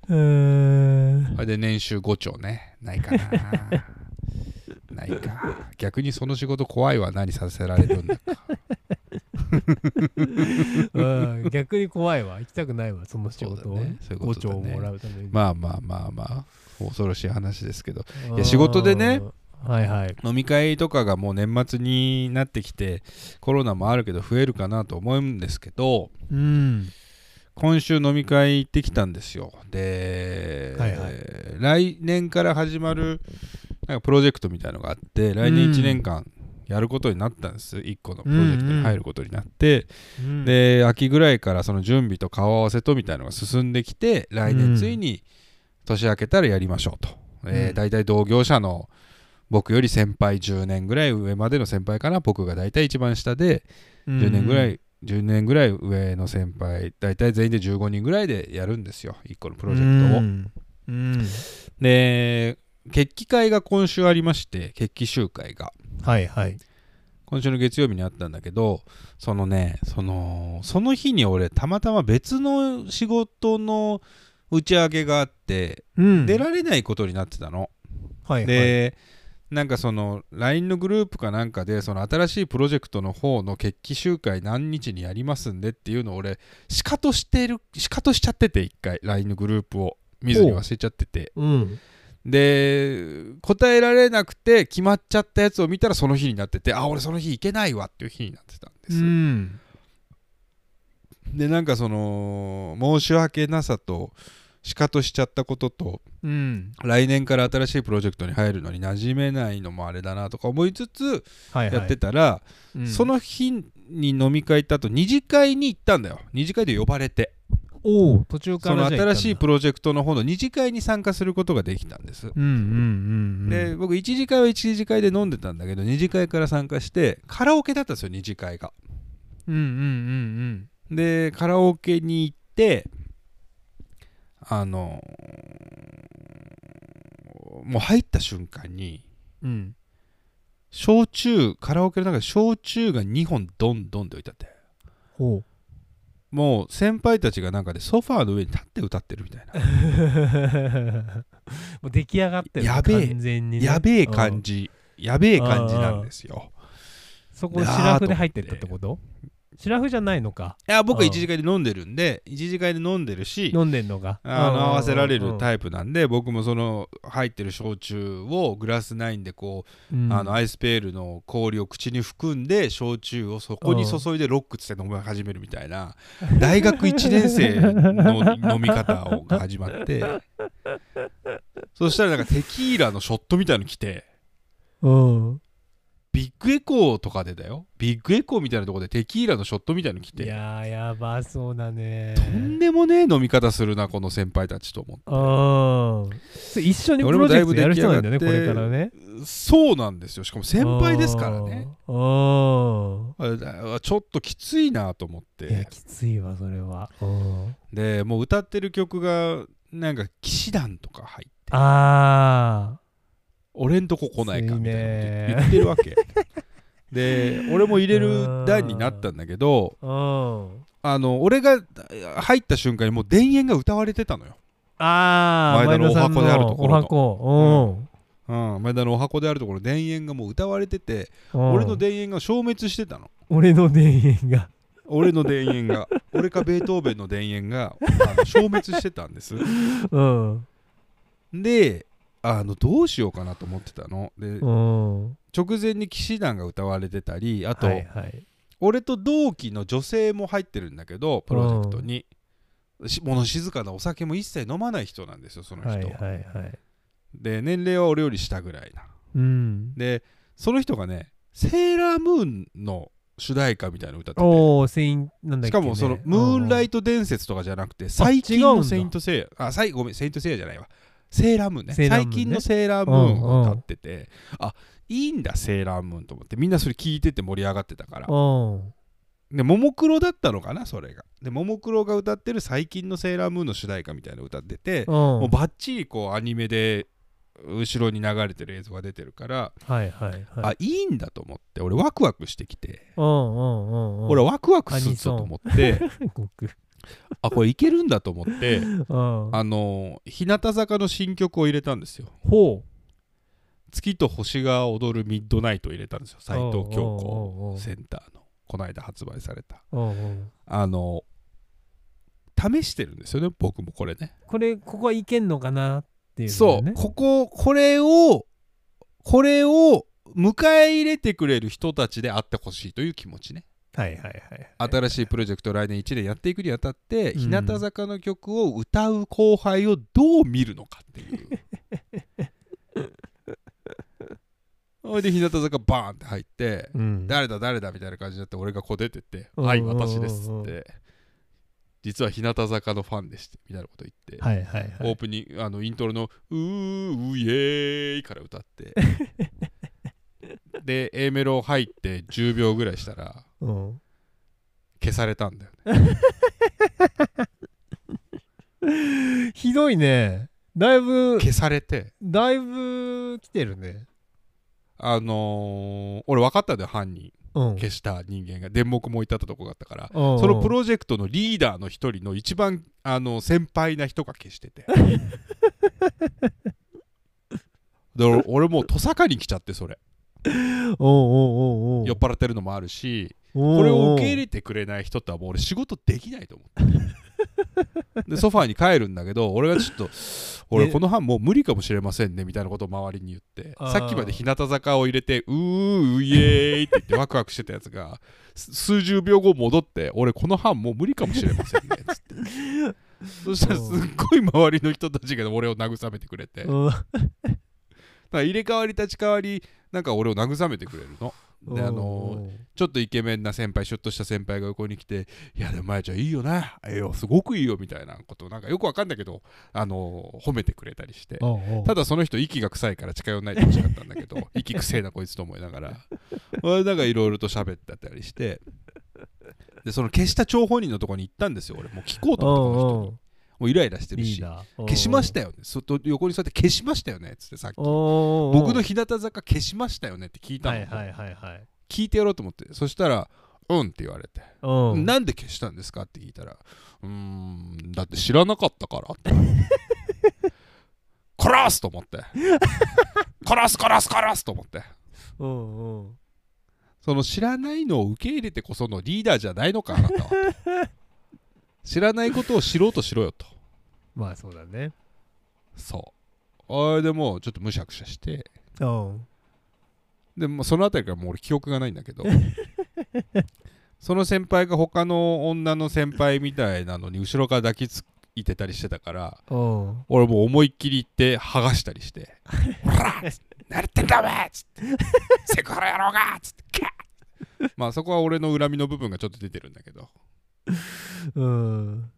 Speaker 2: うーん
Speaker 1: それで年収5兆ねないかなないか逆にその仕事怖いわ何させられるんだ
Speaker 2: (laughs)
Speaker 1: か
Speaker 2: うん逆に怖いわ行きたくないわその仕事
Speaker 1: そう
Speaker 2: を、
Speaker 1: だねそういうこ
Speaker 2: 5
Speaker 1: と
Speaker 2: 兆
Speaker 1: だね
Speaker 2: もらうために、
Speaker 1: まあまあまあまあ恐ろしい話ですけど
Speaker 2: うん
Speaker 1: いや仕事でね
Speaker 2: はいはい
Speaker 1: 飲み会とかがもう年末になってきてコロナもあるけど増えるかなと思うんですけど
Speaker 2: うん
Speaker 1: 今週飲み会行ってきたんですよで、
Speaker 2: はいはい
Speaker 1: 来年から始まるなんかプロジェクトみたいのがあって来年1年間やることになったんです、1個のプロジェクトに入ることになって、
Speaker 2: うん
Speaker 1: で秋ぐらいからその準備と顔合わせとみたいのが進んできて来
Speaker 2: う
Speaker 1: 年
Speaker 2: ん
Speaker 1: ついに年明けたらやりましょうと、え
Speaker 2: う
Speaker 1: ー、
Speaker 2: ん
Speaker 1: 大体同業者の僕より先輩10年ぐらい上までの先輩かな僕が大体一番下で10年ぐらい、10年ぐらい上の先輩大体全員で15人ぐらいでやるんですよ1個のプ
Speaker 2: プ
Speaker 1: ロジェクトを、
Speaker 2: うんうん
Speaker 1: で決起会が今週ありまして決起集会が
Speaker 2: はいはい
Speaker 1: 今週の月曜日にあったんだけどそのねそのその日に俺たまたま別の仕事の打ち上げがあって
Speaker 2: うん
Speaker 1: 出られないことになってたの。
Speaker 2: はいはい
Speaker 1: でなんかその LINE のグループかなんかでその新しいプロジェクトの方の決起集会何日にやりますんでっていうのを俺しかとしてるしかとしちゃってて一回 LINE のグループを見ずに忘れちゃってて
Speaker 2: うん
Speaker 1: で答えられなくて決まっちゃったやつを見たらその日になっててあ俺その日行けないわっていう日になってたんです、
Speaker 2: ん
Speaker 1: でなんかその申し訳なさとしかとしちゃったことと
Speaker 2: うん
Speaker 1: 来年から新しいプロジェクトに入るのに馴染めないのもあれだなとか思いつつ
Speaker 2: はいはい
Speaker 1: やってたら、
Speaker 2: うん
Speaker 1: その日に飲み会行った後二次会に行ったんだよ二次会で呼ばれて
Speaker 2: おう途中
Speaker 1: そ
Speaker 2: か
Speaker 1: の
Speaker 2: らじゃあ行ったんだ
Speaker 1: 新しいプロジェクトの方の二次会に参加することができたんです
Speaker 2: うんうんうんうん
Speaker 1: で僕一次会は一次会で飲んでたんだけど二次会から参加してカラオケだったんですよ二次会が
Speaker 2: うんうんうん
Speaker 1: でカラオケに行ってあのーもう入った瞬間に
Speaker 2: うんうん
Speaker 1: 焼酎カラオケの中で焼酎が2本ドンドンって置いてあって
Speaker 2: ほう (laughs)
Speaker 1: もう先輩たちがなんかでソファーの上に立って歌ってるみたいな
Speaker 2: もう出来上がってる
Speaker 1: やべえ
Speaker 2: 完全にね
Speaker 1: やべえ
Speaker 2: う
Speaker 1: 感
Speaker 2: ん
Speaker 1: じやべえ感じなんですよ
Speaker 2: そこシラフで入ってったってことシラフじゃないのか
Speaker 1: いや僕
Speaker 2: うん
Speaker 1: 一次会で飲んでるんで一次会で飲んでるし
Speaker 2: 飲んでんのが
Speaker 1: あの合わせられる
Speaker 2: イ
Speaker 1: タイプなんで僕もその入ってる焼酎をグラス9でこう、
Speaker 2: プ
Speaker 1: あのアイスペールの氷を口に含んで焼酎をそこに注いでロックつって飲み始めるみたいな大学1年生の飲み方をが始まって
Speaker 2: (laughs)
Speaker 1: そしたらなんかテキーラのショットみたいの来て
Speaker 2: うん
Speaker 1: ビッグエコーとかでだよビッグエコーみたいなとこでテキーラのショットみたいの来
Speaker 2: い
Speaker 1: て
Speaker 2: やーやばそうだね
Speaker 1: とんでもねえ飲み方するなこの先輩たちと思って。
Speaker 2: うんそれ一緒にプ
Speaker 1: 俺も
Speaker 2: ロジ
Speaker 1: だい
Speaker 2: ェ
Speaker 1: ぶ
Speaker 2: クトやる人なんだよね
Speaker 1: 出
Speaker 2: こ
Speaker 1: 来上
Speaker 2: れ
Speaker 1: がって
Speaker 2: からね
Speaker 1: そうなんですよしかも先輩ですからね
Speaker 2: うん
Speaker 1: ああちょっときついなと思っ
Speaker 2: うんいや
Speaker 1: て
Speaker 2: きついわそれはうん
Speaker 1: でもう歌ってる曲がなんか騎士団とか入って
Speaker 2: あ
Speaker 1: 俺んとこ来ないかみたいなこと言
Speaker 2: きついね
Speaker 1: ってるわけ
Speaker 2: (laughs)
Speaker 1: で俺も入れる段になったんだけど
Speaker 2: あうん
Speaker 1: あの俺が入った瞬間にもう田園が歌われてたのよ、
Speaker 2: ああ
Speaker 1: 前田のお箱であるところの
Speaker 2: お箱
Speaker 1: うん、前田のお箱であるところ田園がもう歌われてて
Speaker 2: うんうん
Speaker 1: 俺の田園が消滅してたの
Speaker 2: 俺の田園が
Speaker 1: 俺の田園が
Speaker 2: (laughs)
Speaker 1: 俺かベートーベンの田園があの消滅してたんです
Speaker 2: うん
Speaker 1: であのどうしようかなと思ってたので
Speaker 2: うん
Speaker 1: 直前に騎士団が歌われてたりあと、
Speaker 2: はいはい
Speaker 1: 俺と同期の女性も入ってるんだけどプロジェクトに、し物静かなお酒も一切飲まない人なんですよその人
Speaker 2: は
Speaker 1: は、
Speaker 2: いはいはい
Speaker 1: で年齢は俺より下ぐらいな
Speaker 2: うん
Speaker 1: でその人がねセーラームーンの主題歌みたいなの歌ってて
Speaker 2: おおセインなんだっ
Speaker 1: し
Speaker 2: けね
Speaker 1: かもその「ムーンライト伝説」とかじゃなくて最近
Speaker 2: 違う
Speaker 1: の
Speaker 2: ん
Speaker 1: 「
Speaker 2: だ
Speaker 1: セイント・セイヤ」あさいごめん「セイント・セイヤ」じゃないわ「セーラームーンね」
Speaker 2: セーラームーン
Speaker 1: 最
Speaker 2: ね
Speaker 1: 近の「セーラームーン」を歌ってて、あいいんだ「セーラームーン」と思ってみんなそれ聞いてて盛り上がってたから
Speaker 2: うん
Speaker 1: でももクロだったのかなそれがでももクロが歌ってる最近のセーラームーンの主題歌みたいなの歌ってて、もう
Speaker 2: は
Speaker 1: バッチリこうアニメで後ろに流れてる映像が出てるから、
Speaker 2: いはいはい。
Speaker 1: あいいんだと思って俺ワクワクしてきて、
Speaker 2: うんうんうんうん。
Speaker 1: 俺ワクワクするぞと思って
Speaker 2: 韓国。
Speaker 1: あこれいけるんだと思って
Speaker 2: うん。
Speaker 1: あの日向坂の新曲を入れたんですよ
Speaker 2: ほう。
Speaker 1: 「月と星が踊るミッドナイト」を入れたんですよ斎藤京子センターのこの間発売された
Speaker 2: うんうん。
Speaker 1: あの試してるんですよね僕もこれね
Speaker 2: これ、ここはいけんのかなっていう
Speaker 1: そ
Speaker 2: の
Speaker 1: う
Speaker 2: ね。
Speaker 1: こここれをこれを迎え入れてくれる人たちであってほしいという気持ちね
Speaker 2: はいはいはい。
Speaker 1: 新しいプロジェクトを来年1年やっていくにあたって、
Speaker 2: うん
Speaker 1: 日向坂の曲を歌う後輩をどう見るのかっていう
Speaker 2: (laughs)
Speaker 1: それで日向坂バーンって入って、
Speaker 2: うん。
Speaker 1: 誰だ誰だみたいな感じになって俺がこう出てって「
Speaker 2: うん
Speaker 1: はい私です」
Speaker 2: うん
Speaker 1: っ
Speaker 2: うん
Speaker 1: て「実は日向坂のファンでして」みたいなこと言って、
Speaker 2: はいはいは
Speaker 1: オー
Speaker 2: い。
Speaker 1: プニングあのイントロの「うーうイエーイ」から歌って
Speaker 2: (laughs)
Speaker 1: で A メロ入って10秒ぐらいしたら
Speaker 2: うん。
Speaker 1: 消されたんだよね
Speaker 2: (laughs) ひどいね。だいぶ、
Speaker 1: 消されて
Speaker 2: だいぶ来てるね。
Speaker 1: あのー俺分かったんだよ犯人
Speaker 2: うん。
Speaker 1: 消した人間が電目もいたったとこがあったから
Speaker 2: そ
Speaker 1: そのプロジェクトのリーダーの一人の一番あの先輩な人が消して
Speaker 2: (laughs)
Speaker 1: てで俺俺もうとさかに来ちゃってそれ
Speaker 2: おうおうおうおう
Speaker 1: 酔っ払ってるのもあるし
Speaker 2: こ
Speaker 1: これを受け入れてくれない人とはもう俺仕事できないと思
Speaker 2: (laughs)
Speaker 1: ってでソファーに帰るんだけど俺がちょっと俺
Speaker 2: ね
Speaker 1: この班もう無理かもしれませんねみたいなことを周りに言って
Speaker 2: あー
Speaker 1: さっきまで日向坂を入れてうーうイエーイって言ってワクワクしてたやつがす数十秒後戻って俺この班もう無理かもしれませんね
Speaker 2: (laughs)
Speaker 1: っつってそしたらすっごい周りの人たちが俺を慰めてくれてだか
Speaker 2: うん
Speaker 1: ら入れ替わり立ち替わりなんか俺を慰めてくれるの。であのーちょっとイケメンな先輩シュッとした先輩が横に来て「いやでもまやちゃんいいよねええよすごくいいよ」みたいなことをなんかよくわかんないけど、あの褒めてくれたりして
Speaker 2: おうおう
Speaker 1: ただその人息が臭いから近寄らないでほしかったんだけ
Speaker 2: (laughs)
Speaker 1: ど息くせえなこいつと思いながら俺なんかいろいろと喋ってたりしてでその消した張本人のとこに行ったんですよ俺もう聞こうと思ってこの人にもうイライラしてる
Speaker 2: リ
Speaker 1: し
Speaker 2: ーダー
Speaker 1: 消しましたよねそっと横に座って消しましたよねっつってさっき僕
Speaker 2: 僕
Speaker 1: の日向坂消しましたよねって聞いた
Speaker 2: は
Speaker 1: の、
Speaker 2: いはいはいはい
Speaker 1: 聞いてやろうと思ってそしたら「うん」って言われて「
Speaker 2: うん
Speaker 1: なんで消したんですか?」って聞いたら「うーんだって知らなかったから」って (laughs) 「殺す!」と思って「殺す殺す殺す!」と思って
Speaker 2: うんうん
Speaker 1: その知らないのを受け入れてこそのリーダーじゃないのかあなたはと
Speaker 2: (laughs)
Speaker 1: 知らないことを知ろうとしろよと
Speaker 2: まあそうだね
Speaker 1: そうあれでもうちょっとむしゃくしゃして
Speaker 2: うん
Speaker 1: でもうそのあたりからもう俺記憶がないんだけどその先輩が他の女の先輩みたいなのに後ろから抱きついてたりしてたから
Speaker 2: うん
Speaker 1: 俺もう思いっきり言って剥がしたりして「ほら何やってんだおめえ!」つって「セクハラ野郎が!」つってキャーまあそこは俺の恨みの部分がちょっと出てるんだけど
Speaker 2: うん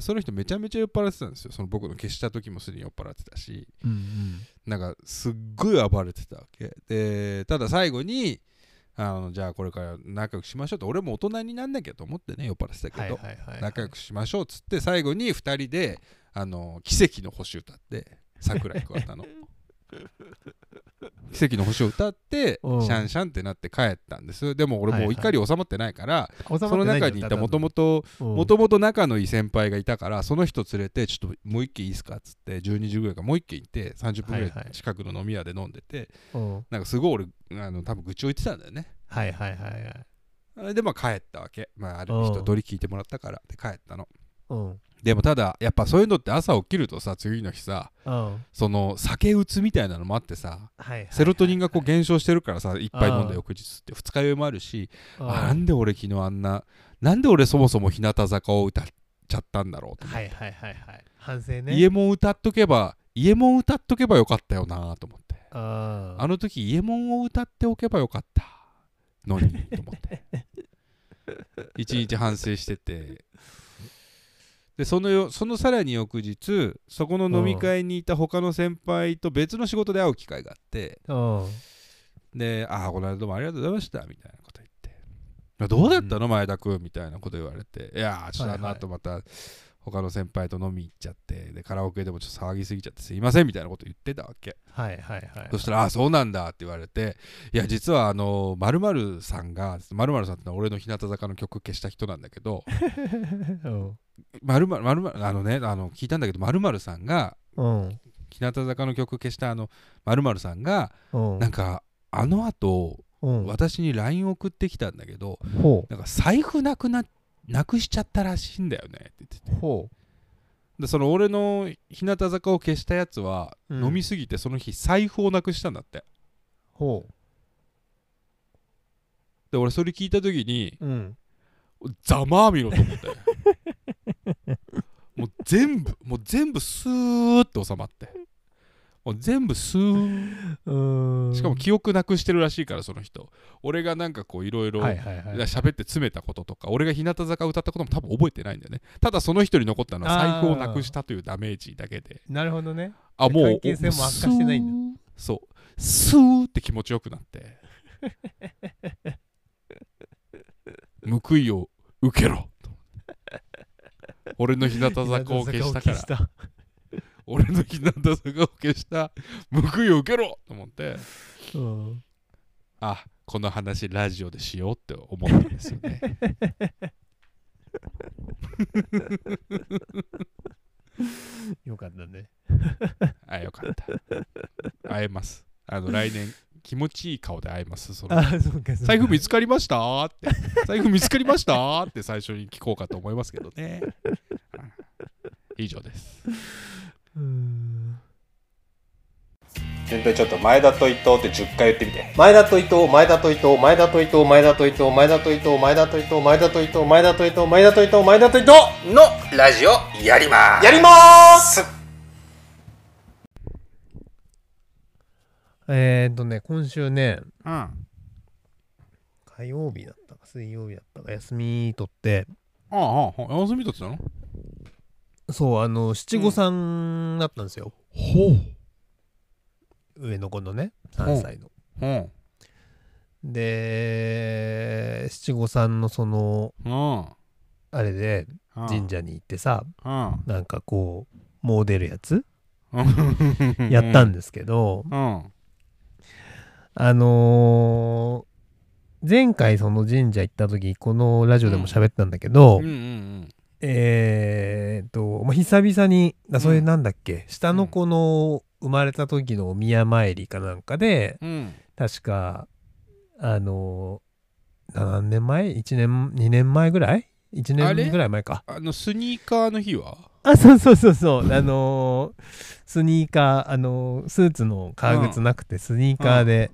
Speaker 1: その人めちゃめちゃ酔っ払ってたんですよその僕の消した時もすでに酔っ払ってたし
Speaker 2: うん
Speaker 1: なんかすっごい暴れてたわけでただ最後にあのじゃあこれから仲良くしましょうって俺も大人になんなきゃと思ってね酔っ払ってたけど、
Speaker 2: はいはいはい
Speaker 1: 仲良くしましょうっつって最後に2人で「あの奇跡の星」歌って桜井桑田
Speaker 2: (laughs)
Speaker 1: の奇跡の星を歌ってシ
Speaker 2: うん
Speaker 1: ャンシャンってなって帰ったんですでも俺
Speaker 2: はい
Speaker 1: も
Speaker 2: は
Speaker 1: う
Speaker 2: い
Speaker 1: 怒り収まってないから、
Speaker 2: 収まってない
Speaker 1: その中にいたもともと
Speaker 2: うん
Speaker 1: もともと仲のいい先輩がいたからその人連れてちょっともう一軒いいっすかっつって12時ぐらいからもう一軒行って30分ぐ
Speaker 2: は
Speaker 1: ら
Speaker 2: いはいい
Speaker 1: 近くの飲み屋で飲んでて、
Speaker 2: うん
Speaker 1: なんかすごい俺あの多分愚痴を言ってたんだよね
Speaker 2: はいはいはいはい
Speaker 1: あれでまあ帰ったわけまあある
Speaker 2: うん
Speaker 1: 人取り聞いてもらったからで帰ったの
Speaker 2: うん
Speaker 1: でもただやっぱそういうのって朝起きるとさ次の日さ
Speaker 2: うん
Speaker 1: その酒鬱みたいなのもあってさ
Speaker 2: はい
Speaker 1: セロトニンがこう
Speaker 2: はい
Speaker 1: 減少してるからさ一杯飲んだ
Speaker 2: うん
Speaker 1: 翌日って二日酔いもあるし
Speaker 2: はい
Speaker 1: あなんで俺昨日あんななんで俺そもそも日向坂を歌っちゃったんだろうと思って
Speaker 2: はいはいはいはい反省ね
Speaker 1: 家門歌っとけば家門歌っとけばよかったよなと思って
Speaker 2: あ
Speaker 1: あの時家門を歌っておけばよかったのにと思って一日反省しててでそのよそのさらに翌日そこの飲み会にいた他の先輩と別の仕事で会う機会があって
Speaker 2: の
Speaker 1: で「ああこの間どうもありがとうございました」みたいなこと言って「やどうだったの前田君みたいなこと言われていやーちょっとあの
Speaker 2: はいはい
Speaker 1: 後また他の先輩と飲み行っちゃってでカラオケでもちょっと騒ぎすぎちゃってすいませんみたいなこと言ってたわけ
Speaker 2: はいはいはい
Speaker 1: そしたら「あそうなんだ」って言われていや実はあのまるさんがまるさんってのは俺の日向坂の曲消した人なんだけ
Speaker 2: (laughs)
Speaker 1: ど
Speaker 2: うん
Speaker 1: まるまるあのねあの聞いたんだけどまるさんが
Speaker 2: うん
Speaker 1: 日向坂の曲消したあのまるさんが
Speaker 2: うん
Speaker 1: なんかあのあと
Speaker 2: うん
Speaker 1: 私に LINE 送ってきたんだけど
Speaker 2: ほ
Speaker 1: なんか財布なくななくしちゃったらしいんだよねって言ってて
Speaker 2: うほ
Speaker 1: でその俺の日向坂を消したやつは、
Speaker 2: うん
Speaker 1: 飲みすぎてその日財布をなくしたんだって
Speaker 2: うほ
Speaker 1: で俺それ聞いた時に
Speaker 2: ううん
Speaker 1: ざまあみろと思って
Speaker 2: (laughs)
Speaker 1: もう全部もう全部スーッと収まってもう全部スーッ
Speaker 2: うーん
Speaker 1: しかも記憶なくしてるらしいからその人俺がなんかこういろいろ
Speaker 2: はいはいはい
Speaker 1: 喋って詰めたこととか俺が日向坂歌ったことも多分覚えてないんだよねただその人に残ったのは財布をなくしたというダメージだけで
Speaker 2: なるほどね
Speaker 1: あもう
Speaker 2: 関係性も悪化してないん
Speaker 1: だそうスーって気持ちよくなって
Speaker 2: (laughs)
Speaker 1: 報いを受けろと俺の日向坂を消した
Speaker 2: (laughs)
Speaker 1: から
Speaker 2: ら
Speaker 1: 俺の日向坂を消した報いを受けろと思って
Speaker 2: うん
Speaker 1: あこの話ラジオでしようって思ったんですよね
Speaker 2: よかったね
Speaker 1: あよかった会えますあ (laughs) の来年気持ちいい顔で会えますその
Speaker 2: あそうかそうか
Speaker 1: 財布見つかりましたって財布見つかりましたって最初に聞こうかと思いますけどねうん以上です
Speaker 2: うーん
Speaker 3: 順平ちょっと前田と伊藤って10回言ってみて
Speaker 4: 前田と伊藤、前田と伊藤、前田と伊藤、前田と伊藤、前田と伊藤、前田と伊藤、前田と伊藤、前田と伊藤、前田と伊藤、前田と伊藤
Speaker 3: のラジオやります
Speaker 4: やります
Speaker 2: えーっとね今週ね
Speaker 1: うん
Speaker 2: 火曜日だったか水曜日だったか休み取って
Speaker 1: ああ、ああ、休みとってたの
Speaker 2: そうあの七五三だったんですよ、
Speaker 1: ほう。
Speaker 2: 上の子のね3歳の
Speaker 1: うん。
Speaker 2: で七五三のその
Speaker 1: うん。
Speaker 2: あれで
Speaker 1: うん
Speaker 2: 神社に行ってさ
Speaker 1: うん。
Speaker 2: なんかこうもう出るやつ
Speaker 1: うん
Speaker 2: やったんですけど、
Speaker 1: うん。
Speaker 2: あのー前回その神社行った時このラジオでも喋ったんだけど、
Speaker 1: うんうんうん。
Speaker 2: えーっと、まあ、久々にだそれなんだっけ、下
Speaker 1: う
Speaker 2: の
Speaker 1: ん
Speaker 2: 子の生まれた時のお宮参りかなんかで
Speaker 1: うん。
Speaker 2: 確かあのー何年前 ?1 年2年前ぐらい ?1
Speaker 1: あれ
Speaker 2: 年ぐらい前か
Speaker 1: あの、スニーカーの日は
Speaker 2: あそうそうそうそうあのースニーカーあのースーツの革靴なくてスニーカーで、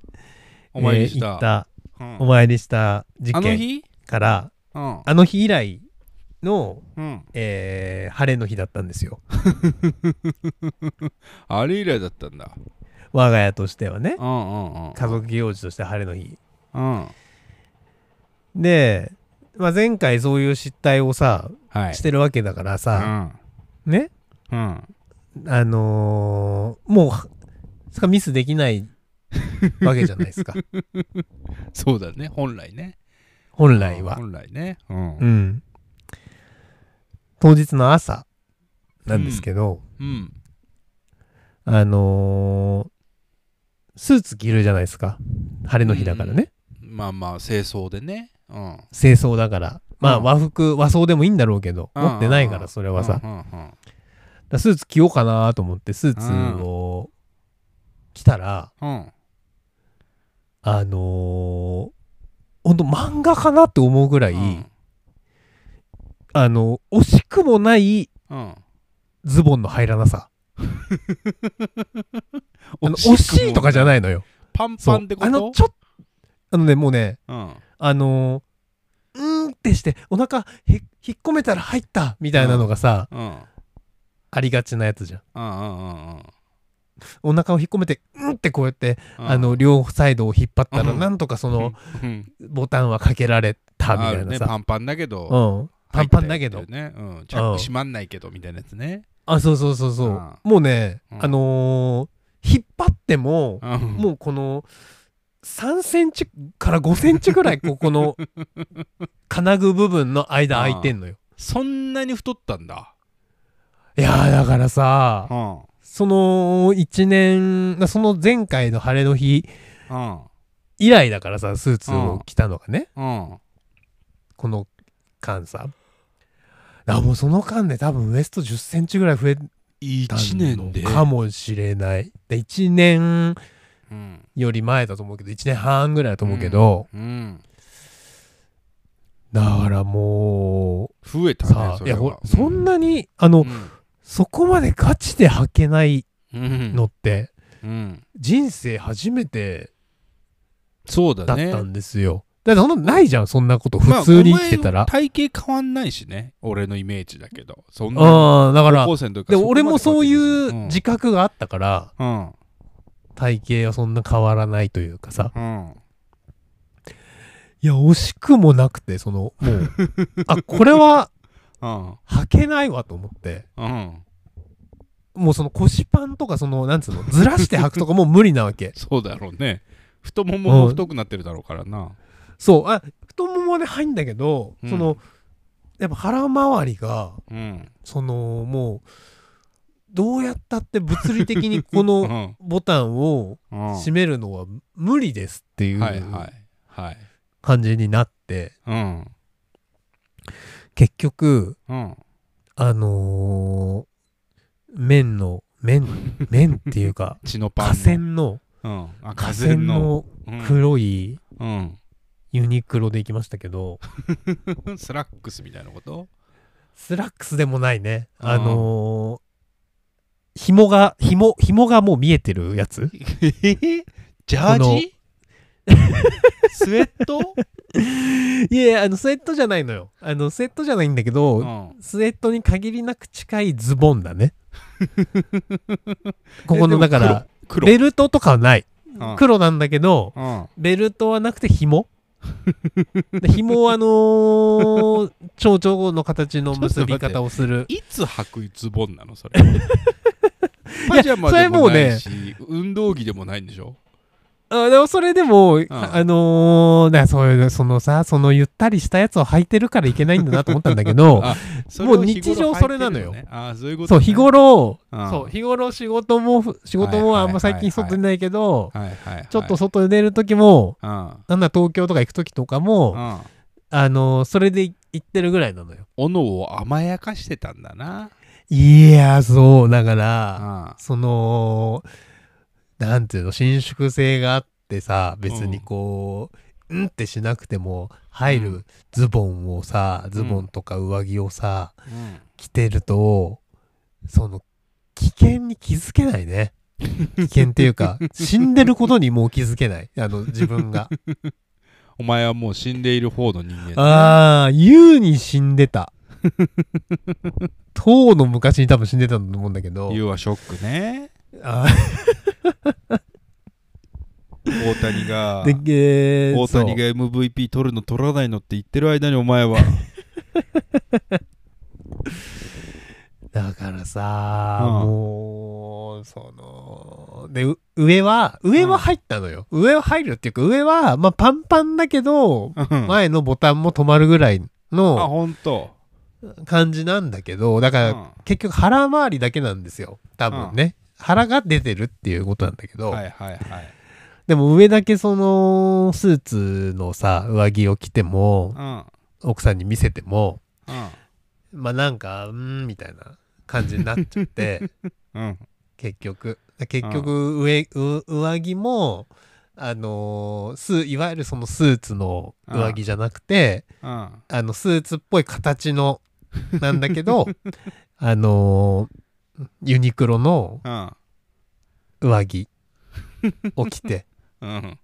Speaker 1: お参
Speaker 2: え
Speaker 1: り
Speaker 2: ー
Speaker 1: し。
Speaker 2: 行った
Speaker 1: う
Speaker 2: た
Speaker 1: ん
Speaker 2: お参りした事
Speaker 1: あの
Speaker 2: 件
Speaker 1: 日
Speaker 2: から
Speaker 1: うん。
Speaker 2: あの日以来の、
Speaker 1: うん。
Speaker 2: えー晴れの日だったんですよ
Speaker 1: あれ以来だったんだ。
Speaker 2: 我が家としてはね
Speaker 1: うんうんうん。
Speaker 2: 家族行事として晴れの日
Speaker 1: うん。
Speaker 2: で、まあ、前回そういう失態をさ
Speaker 1: はい
Speaker 2: し。てるわけだから
Speaker 1: う
Speaker 2: さ、
Speaker 1: ん。
Speaker 2: ね
Speaker 1: うん。
Speaker 2: あのーもうはそれミスできないわけじゃな
Speaker 1: (laughs)
Speaker 2: いですか
Speaker 1: そうだね、本来ね。
Speaker 2: 本来は
Speaker 1: 本来ね。うん
Speaker 2: う。ん当日の朝なんですけど、
Speaker 1: うん。
Speaker 2: あのースーツ着るじゃないですか晴れの日だからね、
Speaker 1: うんまあまあ、清掃でね。うん。
Speaker 2: 清掃だからまあ
Speaker 1: うん
Speaker 2: 和服和装でもいいんだろうけど
Speaker 1: うん
Speaker 2: 持ってないからそれはさだか
Speaker 1: うんうん
Speaker 2: らスーツ着ようかなと思ってスーツを着たら
Speaker 1: うん。うん
Speaker 2: あのーほんと漫画かなって思うぐらい、あの惜しくもない
Speaker 1: うん。
Speaker 2: ズボンの入ら
Speaker 1: (laughs)
Speaker 2: なさあの惜しいとかじゃ
Speaker 1: い。
Speaker 2: ないのよ
Speaker 1: パン
Speaker 2: そ
Speaker 1: パン
Speaker 2: う
Speaker 1: ってこと
Speaker 2: あのちょっあのねもうね
Speaker 1: うん。
Speaker 2: あのー、うーんってしてお腹へ引っ込めたら入ったみたいなのがさ、
Speaker 1: うん。
Speaker 2: ありがちなやつじゃん
Speaker 1: うんうんうんうん。
Speaker 2: お腹を引っ込めてうんってこうやって、
Speaker 1: うん
Speaker 2: あの、両サイドを引っ張ったら、
Speaker 1: うん
Speaker 2: なんとかその
Speaker 1: うん
Speaker 2: ボタンはかけられたみた
Speaker 1: あ
Speaker 2: い
Speaker 1: る
Speaker 2: な
Speaker 1: ね、
Speaker 2: さ、
Speaker 1: パンパンだけど。
Speaker 2: うんパンパンだけど
Speaker 1: 入ったやつだよね。うん。チャック閉まんないけど、みたいなやつね。
Speaker 2: あそうそうそうそう、
Speaker 1: うん
Speaker 2: もうね、
Speaker 1: うん
Speaker 2: あのー引っ張っても、
Speaker 1: うん。
Speaker 2: もうこの3センチから5センチぐらいこ
Speaker 1: (laughs)
Speaker 2: この金具部分の間空いてんのよ
Speaker 1: そんなに太ったんだ。
Speaker 2: いやーだからさ
Speaker 1: うん。
Speaker 2: その1年その前回の晴れの日
Speaker 1: うん。
Speaker 2: 以来だからさスーツを着たのがね
Speaker 1: うん。
Speaker 2: この間さだからもうその間で多分ウエスト1 0センチぐらい増えた
Speaker 1: 1年で。
Speaker 2: のかもしれないで1年
Speaker 1: うん。
Speaker 2: より前だと思うけど1年半ぐらいだと思うけど、
Speaker 1: うん。
Speaker 2: だからも
Speaker 1: 増え
Speaker 2: う
Speaker 1: たね
Speaker 2: さ、
Speaker 1: そ
Speaker 2: い
Speaker 1: れ
Speaker 2: や
Speaker 1: は。
Speaker 2: ほらそんなに、あ
Speaker 1: う
Speaker 2: の
Speaker 1: ん
Speaker 2: そこまでガチで履けない
Speaker 1: うん
Speaker 2: のって、
Speaker 1: うん。
Speaker 2: 人生初めて
Speaker 1: そうだ
Speaker 2: だっ
Speaker 1: ね。
Speaker 2: たんですよだってそんなのないじゃんそんなこと
Speaker 1: まあ
Speaker 2: 普通に生きてたら
Speaker 1: お、前体型変わんないしね。俺のイメージだけど。そんな。
Speaker 2: うんだから
Speaker 1: 高校生の時か
Speaker 2: で
Speaker 1: ら
Speaker 2: 俺もそういう
Speaker 1: うん
Speaker 2: 自覚があったから、
Speaker 1: うん。
Speaker 2: 体型はそんな変わらないというかさ
Speaker 1: うん。
Speaker 2: いや惜しくもなくてそのも (laughs) うあこれは
Speaker 1: うん。
Speaker 2: 履けないわと思って
Speaker 1: うん。
Speaker 2: もうその腰パンとかそのなんつうのずらして履くとかもう無理なわ (laughs) け
Speaker 1: そうだろうね。太ももも太くなってるだろうからな。
Speaker 2: そうあ太ももはね入んだけど、
Speaker 1: うん
Speaker 2: そのやっぱ腹周りが
Speaker 1: うん。
Speaker 2: そのもうどうやったって物理的にこ
Speaker 1: う
Speaker 2: の (laughs)
Speaker 1: ん。
Speaker 2: ボタンを
Speaker 1: うん
Speaker 2: 閉めるのは無理ですってい
Speaker 1: はいうはい。はい。
Speaker 2: 感じになって
Speaker 1: うん。
Speaker 2: 結局
Speaker 1: うん。
Speaker 2: あのー麺の麺麺ってい
Speaker 1: (laughs)
Speaker 2: うか
Speaker 1: 血のパンの。
Speaker 2: 河川の
Speaker 1: うん。あ、
Speaker 2: 河
Speaker 1: 河
Speaker 2: 川
Speaker 1: 川の。
Speaker 2: の黒い
Speaker 1: うん。
Speaker 2: ユニクロで行きましたけど
Speaker 1: うんスラックスみたいなこと
Speaker 2: スラックスでもないね。
Speaker 1: うん
Speaker 2: あのー、紐が、紐、紐がもう見えてるやつ
Speaker 1: ジ
Speaker 2: ャージ
Speaker 1: スウェット
Speaker 2: (laughs) いやいや、あの、スウェットじゃないのよ。あの、スウェットじゃないんだけど、 (laughs)
Speaker 1: うん。
Speaker 2: スウェットに限りなく近いズボン
Speaker 1: (laughs)
Speaker 2: だね。ここの、
Speaker 1: えで
Speaker 2: だ
Speaker 1: も
Speaker 2: から、
Speaker 1: 黒。
Speaker 2: ベルトとかはない。
Speaker 1: うん
Speaker 2: 黒なんだけど、
Speaker 1: うん。
Speaker 2: ベルトはなくて紐。 (laughs) で紐はあのー、蝶々の形の結び方をする。
Speaker 1: いつ履くズボンなのそ
Speaker 2: (laughs)
Speaker 1: れ。パジャマでもないし、運動着でもないんでしょ
Speaker 2: あでもそれでも、ああのー、だからそういうそのさそのゆったりしたやつを履いてるからいけないんだなと思ったんだけ
Speaker 1: (laughs)
Speaker 2: ど
Speaker 1: あそれを
Speaker 2: もう
Speaker 1: 日頃
Speaker 2: 日常
Speaker 1: 履いてる
Speaker 2: それなのよ
Speaker 1: ねあーそういうことね
Speaker 2: そう日頃、
Speaker 1: うん
Speaker 2: そう日頃仕事もふ仕事も
Speaker 1: はいはいはいはい
Speaker 2: あんま最近外出ないけど、
Speaker 1: はいはいはい
Speaker 2: ちょっと外に出る時も
Speaker 1: うん
Speaker 2: なんだ東京とか行く時とかも、
Speaker 1: うん
Speaker 2: あのーそれで行ってるぐらいなのよ
Speaker 1: 斧を甘やかしてたんだない
Speaker 2: やそうだか
Speaker 1: うん
Speaker 2: ら、そのなんていうの伸縮性があってさ別にこう、うん、ってしなくても入
Speaker 1: う
Speaker 2: るズボンをさ、ズボンとか上着をさ
Speaker 1: うん
Speaker 2: 着てるとその危険に気づけない
Speaker 1: (laughs)
Speaker 2: ね危険っていうか死んでることにもう気づけないあの自
Speaker 1: (laughs)
Speaker 2: 分が
Speaker 1: お前はもう死んでいる方の人間だ
Speaker 2: ああ優に死ん
Speaker 1: (laughs)
Speaker 2: でたとうの昔に多分死んでたんだと思うんだけど
Speaker 1: ね。You はショックね。
Speaker 2: あ
Speaker 1: 大谷が
Speaker 2: ー、で、えー
Speaker 1: 大
Speaker 2: そう
Speaker 1: 谷が MVP 取るの取らないのって言ってる間にお前
Speaker 2: (laughs)
Speaker 1: は。
Speaker 2: だからさ、
Speaker 1: うん
Speaker 2: もうそのでう上は上は入ったのよ、上は入るっていうか上は、まあ、パンパンだけど
Speaker 1: うんあ、
Speaker 2: 前のボタンも止まるぐらいの
Speaker 1: ほんと。
Speaker 2: 感じなんだけどだから
Speaker 1: う
Speaker 2: 結局腹周りだけなんですよ多分ね、腹が出てるっていうことなんだけど、
Speaker 1: んはいはいはい。
Speaker 2: でも上だけそのスーツのさ上着を着ても
Speaker 1: うん。
Speaker 2: 奥さんに見せても
Speaker 1: うん
Speaker 2: まあなんかうーんみたいな感じになっち
Speaker 1: (laughs)
Speaker 2: ゃって。
Speaker 1: うん。
Speaker 2: 結局結局上,う、上着もあのースいわゆるそのスーツの上着じゃなくて
Speaker 1: うん。
Speaker 2: あのスーツっぽい形のなんだ
Speaker 1: (laughs)
Speaker 2: けどあのーユニクロの
Speaker 1: うん。
Speaker 2: 上着を着て
Speaker 1: うん。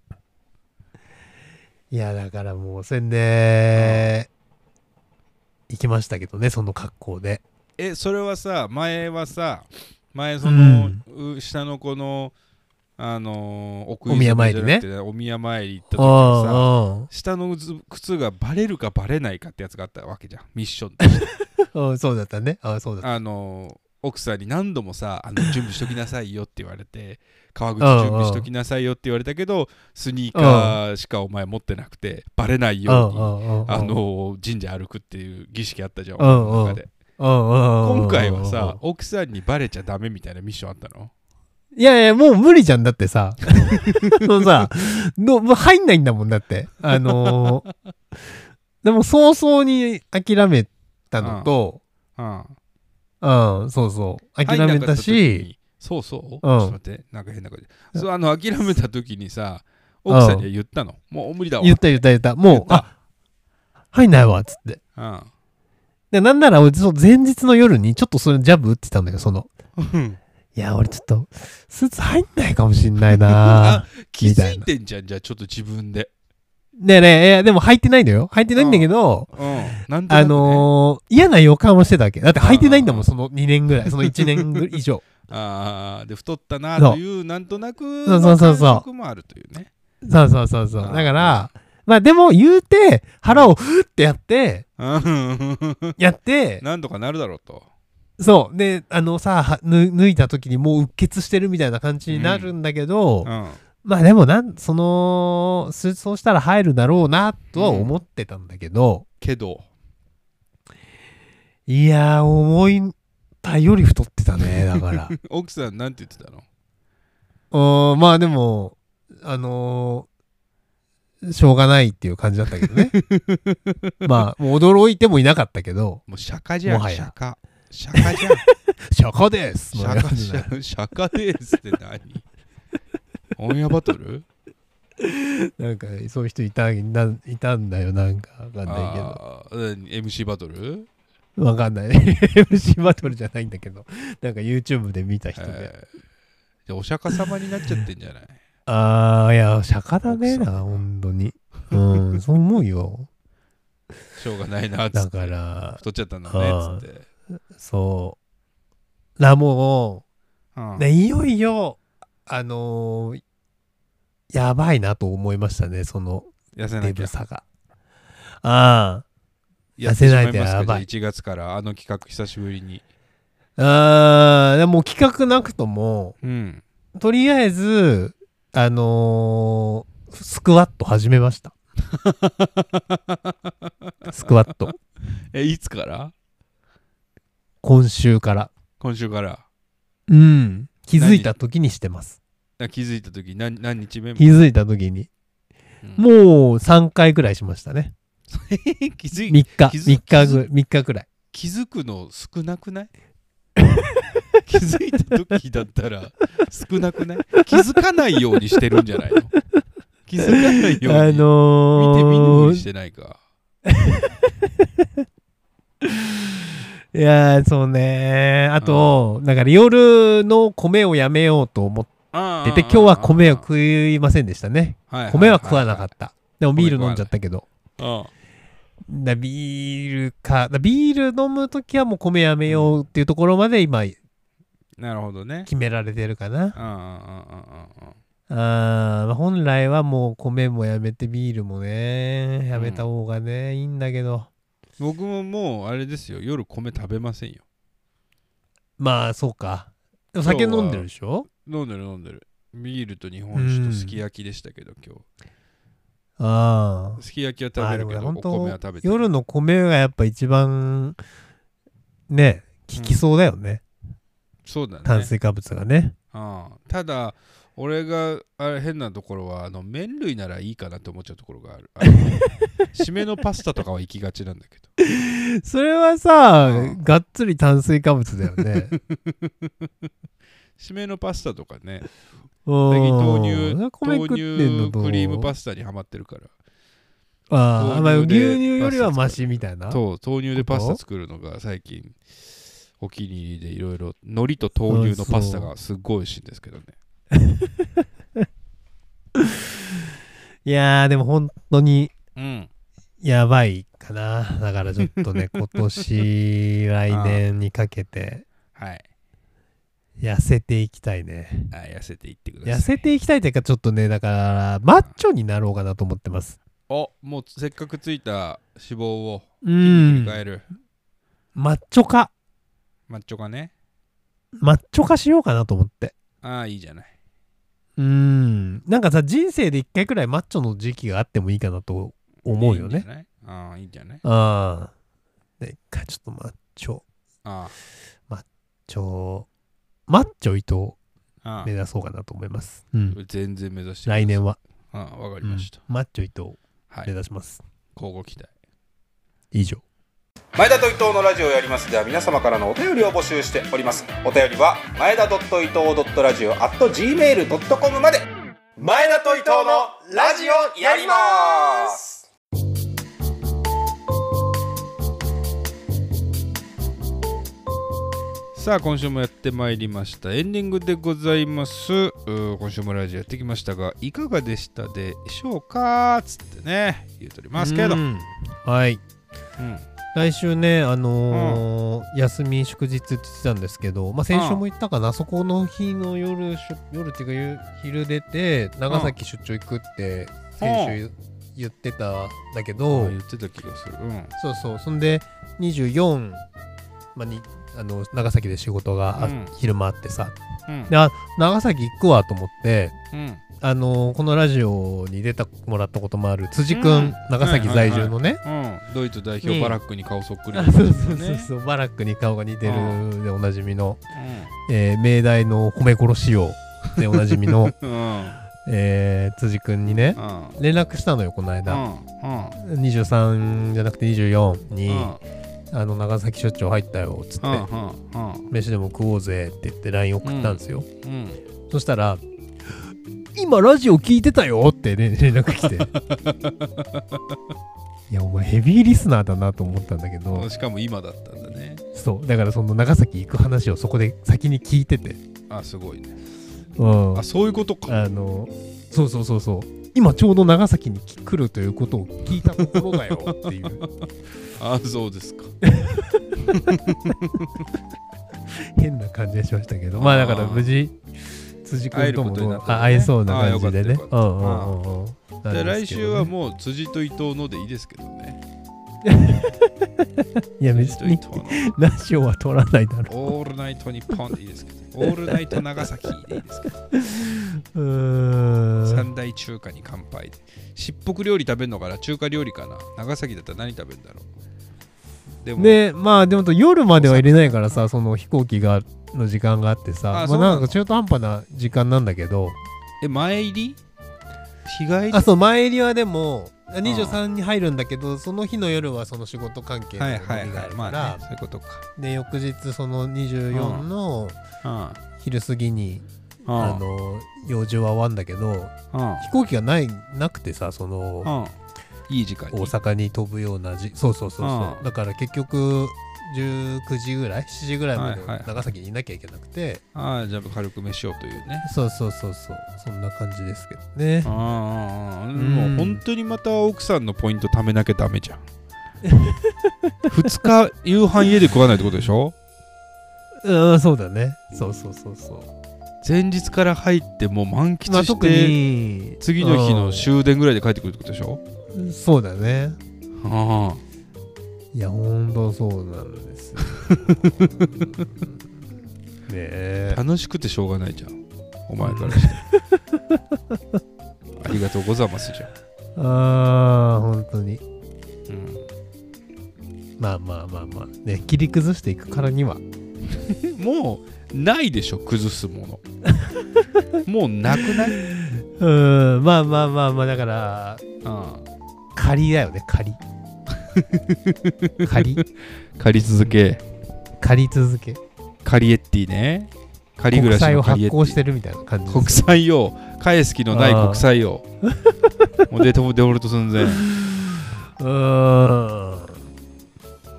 Speaker 2: いやだからもうそれで、行きましたけどねその格好で
Speaker 1: え、それはさ、前はさ、前その、う下の子の、あのー、奥
Speaker 2: お宮参りね
Speaker 1: じゃなくてお宮参り行った時
Speaker 2: う
Speaker 1: はさ、
Speaker 2: んうん
Speaker 1: 下の靴靴がバレるかバレないかってやつがあったわけじゃんミッションとして
Speaker 2: うんそうだったねあそうだった
Speaker 1: あの奥さんに何度もさ
Speaker 2: (laughs)
Speaker 1: あの準備しときなさいよって言われて革靴準備しときなさいよって言われたけどスニーカーしかお前持ってなくてバレないようにあ
Speaker 2: あ
Speaker 1: の神社歩くっていう儀式あったじゃん
Speaker 2: うんうん
Speaker 1: 俺の中で今
Speaker 2: 今
Speaker 1: 回はさ奥さんにバレちゃダメみたいなミッションあったの
Speaker 2: いやいやもう無理じゃんだっ
Speaker 1: (laughs)
Speaker 2: てさそのさのもう入んないんだもんだってあのーでも早々に諦めたのと
Speaker 1: うん
Speaker 2: うんそうそう諦め
Speaker 1: 入
Speaker 2: た
Speaker 1: んなかった時
Speaker 2: し
Speaker 1: にそうそう、ちょっと待ってなんか変な感
Speaker 2: う
Speaker 1: じ
Speaker 2: ん
Speaker 1: そうあの諦めた時にさ奥さんには言ったのもう無理だわ
Speaker 2: 言った言った言ったも
Speaker 1: 言
Speaker 2: う
Speaker 1: っ
Speaker 2: あ入んないわっつってでなんなら俺そう前日の夜にちょっとそれジャブ打ってたんだけどその
Speaker 1: うん、
Speaker 2: いや俺ちょっとスーツ入んないかもしんないなー
Speaker 1: (laughs) あ気づいてんじゃんじゃあちょっと自分で、
Speaker 2: ねえねえ、いやでも履いてないのよ。履いてないんだけど、
Speaker 1: うん、なんとなくね
Speaker 2: (laughs) あのー嫌な予感をしてたわけ。だって履いてないんだ
Speaker 1: う
Speaker 2: も
Speaker 1: ん
Speaker 2: ん、その2年ぐらい、その1年ぐ以
Speaker 1: (laughs)
Speaker 2: 上。
Speaker 1: あーで太ったなというなんとなく
Speaker 2: そ
Speaker 1: の
Speaker 2: うそうそう
Speaker 1: 感
Speaker 2: そう
Speaker 1: 触もあるというね
Speaker 2: そうそうそうそう。
Speaker 1: あ
Speaker 2: だ
Speaker 1: ー
Speaker 2: から、まあでも言うて、腹をふってやって、
Speaker 1: うん (laughs)
Speaker 2: やって、
Speaker 1: なんとかなるだろうと
Speaker 2: そう。で、あのさ、はぬ脱いだ時にもううっ血してるみたいな感じになるんだけど、
Speaker 1: うん
Speaker 2: まあでもなん、その、スーツそうしたら入るだろうな、とは思ってたんだけど、
Speaker 1: けど
Speaker 2: いやー、思い、たより太ってたね、だから。
Speaker 1: 奥さんなんて言ってたの
Speaker 2: おーまあでも、あのーしょうがないっていう感じだったけど
Speaker 1: (laughs)
Speaker 2: ね。まあ、もう驚いてもいなかったけど、
Speaker 1: もう釈迦じゃん
Speaker 2: もはや
Speaker 1: 釈迦釈迦じゃん
Speaker 2: 釈迦です
Speaker 1: シ
Speaker 2: の
Speaker 1: ャ
Speaker 2: や
Speaker 1: カ
Speaker 2: つ
Speaker 1: シ
Speaker 2: だ
Speaker 1: ャシャカレースって何オンエアバトル
Speaker 2: なんか、そういう人いたないたんだよ、なんか、わかんないけど。
Speaker 1: あーうん MC バトル
Speaker 2: わかんない。MC バトルじゃないんだけど、なんか YouTube で見た人で。
Speaker 1: えーじゃあお釈迦様になっちゃってんじゃない
Speaker 2: あー、いや、釈迦だね
Speaker 1: 奥さ
Speaker 2: な、本当に。うん、そう思
Speaker 1: (laughs)
Speaker 2: うよ。
Speaker 1: しょうがないなっつ
Speaker 2: だ
Speaker 1: って
Speaker 2: から、
Speaker 1: 太っちゃったんだねっつって
Speaker 2: そう。だからもう、
Speaker 1: うん
Speaker 2: ね、いよいよ、あのーやばいなと思いましたね、その
Speaker 1: 痩せ
Speaker 2: デ
Speaker 1: なき
Speaker 2: ブ
Speaker 1: ゃ
Speaker 2: さが。あ
Speaker 1: やってしまいま
Speaker 2: 痩せない
Speaker 1: す
Speaker 2: と
Speaker 1: か
Speaker 2: やばい
Speaker 1: じゃあ1月からあの企画久しぶりに
Speaker 2: あ、ああ、でも企画なくとも、
Speaker 1: うん
Speaker 2: とりあえず、あのースクワット始めま
Speaker 1: (laughs)
Speaker 2: した。スクワット。
Speaker 1: えいつから
Speaker 2: 今週から。
Speaker 1: 今週から
Speaker 2: うん。気づいた時にしてます。
Speaker 1: な気づいた時何何日目も
Speaker 2: 気づいた時に。
Speaker 1: うん
Speaker 2: もう3回ぐらいしましたね。
Speaker 1: 気づ
Speaker 2: 3
Speaker 1: い
Speaker 2: 日、
Speaker 1: 気づ
Speaker 2: 3日ぐ3日ぐらい。
Speaker 1: 気づくの少なくない (laughs) 気づいた時だったら少なくない気づかないようにしてるんじゃないの気づかないよう
Speaker 2: あ
Speaker 1: に、
Speaker 2: の
Speaker 1: 見て見ぬふ
Speaker 2: ー
Speaker 1: りしてないか
Speaker 2: いやー、そうねあと、だから夜の米をやめようと思っ
Speaker 1: あ
Speaker 2: てて、今日は米を食いませんでしたね。米は食わなかった。でもビール飲んじゃったけど。
Speaker 1: た、うん
Speaker 2: だビールか、だビール飲むときはもう米やめようっていうところまで今
Speaker 1: なるほどね
Speaker 2: 決められてるか
Speaker 1: う
Speaker 2: な。
Speaker 1: んうんうんうんうん
Speaker 2: あー本来はもう米もやめてビールもね、やめた方がね、いいんだけど。
Speaker 1: 僕ももうあれですよ夜米食べませんよ
Speaker 2: まあ、そうか。でも酒飲んでるでしょ
Speaker 1: 飲んでる飲んでるビールと日本酒とすき焼きでしたけど今
Speaker 2: ああ
Speaker 1: 日。すき焼きは
Speaker 2: ま
Speaker 1: 食べ
Speaker 2: あで
Speaker 1: る
Speaker 2: も
Speaker 1: け
Speaker 2: ね
Speaker 1: どお
Speaker 2: 本当
Speaker 1: 米は食べて
Speaker 2: 夜の米がやっぱ一番ね効きそうだよね、
Speaker 1: そうだね
Speaker 2: 炭水化物がね
Speaker 1: ああただ俺があれ変なところはあの麺類ならいいかなって思っちゃうところがあるあ
Speaker 2: (laughs)
Speaker 1: の締めのパスタとかは行きがちなんだけど
Speaker 2: それはさ、
Speaker 1: うん
Speaker 2: がっつり炭水化物だ
Speaker 1: (laughs)
Speaker 2: よね
Speaker 1: 締めのパスタとかね
Speaker 2: 最
Speaker 1: 最近豆乳
Speaker 2: 米
Speaker 1: 豆
Speaker 2: 食
Speaker 1: 乳
Speaker 2: っ
Speaker 1: ク
Speaker 2: てんのと
Speaker 1: リームパスタにはまってるから
Speaker 2: ああ、まあ、
Speaker 1: 豆
Speaker 2: 牛
Speaker 1: 乳で
Speaker 2: 乳よりはマシみたいな
Speaker 1: そう豆乳でパスタ作るのが最近お気に入りでいろいろ海苔と豆乳のパスタがすっごい美味しいんですけどね
Speaker 2: いやーでも本当に
Speaker 1: うん
Speaker 2: やばいかなだからちょっ
Speaker 1: (laughs)
Speaker 2: とね今年来年にかけて
Speaker 1: はい
Speaker 2: 痩せていきたいね
Speaker 1: あ痩せていってください
Speaker 2: 痩せていきたいというかちょっとねだからマッチョになろうかなと思ってます
Speaker 1: おもうせっかくついた脂肪を
Speaker 2: う
Speaker 1: 切り
Speaker 2: ん
Speaker 1: 替える、
Speaker 2: マッチョ化。
Speaker 1: マッチョがね
Speaker 2: マッチョ化しようかなと思って。
Speaker 1: ああ、いいじゃない。
Speaker 2: うーん。なんかさ、人生で一回くらいマッチョの時期があってもいいかなと思うよ
Speaker 1: いいん
Speaker 2: ね
Speaker 1: じ。ゃないああ、いいんじゃない
Speaker 2: ああ。で、一回ちょっとマッチョ、
Speaker 1: あ
Speaker 2: ちょ、マッチョ伊藤
Speaker 1: あ、ああ
Speaker 2: 目指そうかなと思います。うん。
Speaker 1: 全然目指して
Speaker 2: 来年
Speaker 1: は。
Speaker 2: は。
Speaker 1: ああ、わかり
Speaker 2: うん
Speaker 1: ました。
Speaker 2: マッチョ伊藤
Speaker 1: はい
Speaker 2: 目。指します。
Speaker 1: 交互期待。
Speaker 2: 以上。
Speaker 3: 前田と伊藤のラジオをやりますでは皆様からのお便りを募集しておりますお便りは前田伊藤ラジオ at gmail.com まで前田と伊藤のラジオやります
Speaker 1: さあ今週もやってまいりましたエンディングでございますうー今週もラジオやってきましたがいかがでしたでしょうかつってね言うとりますけど、う
Speaker 2: う
Speaker 1: ん
Speaker 2: んはい。来週ね、あのー休み祝日って言ってたんですけど、まあ、先週も言ったかな、そこの日の夜しょ、夜っていうか夕、昼出て、長崎出張行くって、先週言ってたんだけど、
Speaker 1: あ言ってた気がする、うん、
Speaker 2: そうそう、そんで、24、まあ、にあの長崎で仕事が、あ
Speaker 1: うん
Speaker 2: 昼間あってさ、
Speaker 1: うん
Speaker 2: であ長崎行くわと思って、
Speaker 1: うん
Speaker 2: あのこのラジオに出たもらったこともある辻君、
Speaker 1: うん
Speaker 2: 長崎在住のね、
Speaker 1: うん、ドイツ代表
Speaker 2: ね
Speaker 1: バラックに顔そっくり
Speaker 2: あ
Speaker 1: な
Speaker 2: そ
Speaker 1: 人
Speaker 2: う
Speaker 1: で
Speaker 2: そう
Speaker 1: す
Speaker 2: そう
Speaker 1: ね
Speaker 2: そう、バラックに顔が似てるでおなじみの、
Speaker 1: う
Speaker 2: えー命題の褒め殺しをでおなじ
Speaker 1: (laughs)
Speaker 2: みの、
Speaker 1: んうん
Speaker 2: えー辻君にね
Speaker 1: うん
Speaker 2: 連絡したのよこの
Speaker 1: う
Speaker 2: 間、
Speaker 1: んうん
Speaker 2: 23じゃなくて24に、
Speaker 1: うん
Speaker 2: あの長崎出張入ったよっつって、
Speaker 1: うんうんうん
Speaker 2: 飯でも食おうぜって言って LINE 送ったんですよ、
Speaker 1: うん
Speaker 2: そしたら「今ラジオ聞いてたよ」って、ね、連絡来
Speaker 1: (laughs)
Speaker 2: ていやお前ヘビーリスナーだなと思ったんだけど
Speaker 1: しかも今だったんだね
Speaker 2: そうだからその長崎行く話をそこで先に聞いてて
Speaker 1: あすごいね
Speaker 2: うん
Speaker 1: あそういうことか
Speaker 2: あのそうそうそうそう今ちょうど長崎に来来るということを聞いたところだよっていう
Speaker 1: (laughs) あそうですか
Speaker 2: 変な感じがしましたけどまあだから無事辻君と
Speaker 1: 会える
Speaker 2: も
Speaker 1: ことになったね
Speaker 2: あ会えそうな感じで
Speaker 1: あ
Speaker 2: ね
Speaker 1: よかっ
Speaker 2: う
Speaker 1: た
Speaker 2: ん
Speaker 1: よ
Speaker 2: う
Speaker 1: かった
Speaker 2: んうんうんなん
Speaker 1: で
Speaker 2: で
Speaker 1: 来
Speaker 2: すけどね
Speaker 1: 週はもう辻と伊藤のでいいですけどね。
Speaker 2: いや別
Speaker 1: 辻と伊
Speaker 2: に
Speaker 1: 藤の。
Speaker 2: ラジオは取らないだろ
Speaker 1: オールナイトニッポンでいいですけど。オールナイト長崎でいいですけど。(laughs)
Speaker 2: (laughs) うーん
Speaker 1: 三大中華に乾杯で。しっぽく料理食べるのかな中華料理かな長崎だったら何食べるんだろうでも、
Speaker 2: ねまあでも夜までは入れないからさその飛行機がの時間があってさ
Speaker 1: あ
Speaker 2: ま
Speaker 1: そ
Speaker 2: あ
Speaker 1: うなの
Speaker 2: なんか中途半端な時間なんだけど
Speaker 1: え、前入り日帰り
Speaker 2: あそう前入りはでもあ23に入るんだけどその日の夜はその仕事関係の
Speaker 1: は
Speaker 2: 飲
Speaker 1: いはい
Speaker 2: みがあ
Speaker 1: はい。
Speaker 2: る
Speaker 1: ま
Speaker 2: か
Speaker 1: あ、ね、
Speaker 2: ら
Speaker 1: そういうことか。
Speaker 2: で翌日その24の
Speaker 1: あ
Speaker 2: 昼過ぎに
Speaker 1: あ
Speaker 2: あ
Speaker 1: あ
Speaker 2: の用事は終わんだけど
Speaker 1: あ
Speaker 2: 飛行機がないなくてさその
Speaker 1: あいい時間に。
Speaker 2: 大阪に飛ぶようなじそうそうそうそううんだから結局19時ぐらい7時ぐらいまで
Speaker 1: はいはい
Speaker 2: 長崎にいなきゃいけなくて
Speaker 1: ああ、じゃあ軽く飯をというね。
Speaker 2: そうそうそうそうそんな感じですけどね
Speaker 1: ああああ、
Speaker 2: ん
Speaker 1: もう本当にまた奥さんのポイント貯めなきゃダメじゃん。2日夕飯家で食わないってことでしょ
Speaker 2: うんそうだねそうそうそうそう
Speaker 1: 前日から入ってもう満喫
Speaker 2: まあ
Speaker 1: し
Speaker 2: 特
Speaker 1: て、
Speaker 2: に
Speaker 1: 次の日
Speaker 2: う
Speaker 1: の
Speaker 2: ん
Speaker 1: 終電ぐらいで帰ってくるってことでしょ
Speaker 2: そうだね
Speaker 1: あ
Speaker 2: いやほんとそうなんです
Speaker 1: (laughs)
Speaker 2: よねえ
Speaker 1: あ楽しくてしょうがないじゃんお前から (laughs) してありがとうございますじゃん、
Speaker 2: ああ本当に
Speaker 1: う
Speaker 2: まあまあまあまあね切り崩していくからには
Speaker 1: ん、もうないでしょ崩すも (laughs) のもうなくない
Speaker 2: うんまあまあまあまあだから
Speaker 1: あ
Speaker 2: 仮だよね仮仮
Speaker 1: あ借り続け
Speaker 2: 借り続け
Speaker 1: カリエッティねカリ暮
Speaker 2: 国
Speaker 1: らし
Speaker 2: 債を
Speaker 1: のカ
Speaker 2: 発
Speaker 1: リエッテ
Speaker 2: 行
Speaker 1: ィ
Speaker 2: してるみたいな感じです
Speaker 1: 国債を返す気のない国債
Speaker 2: (laughs)
Speaker 1: をもうデトデフォルト寸前
Speaker 2: うーん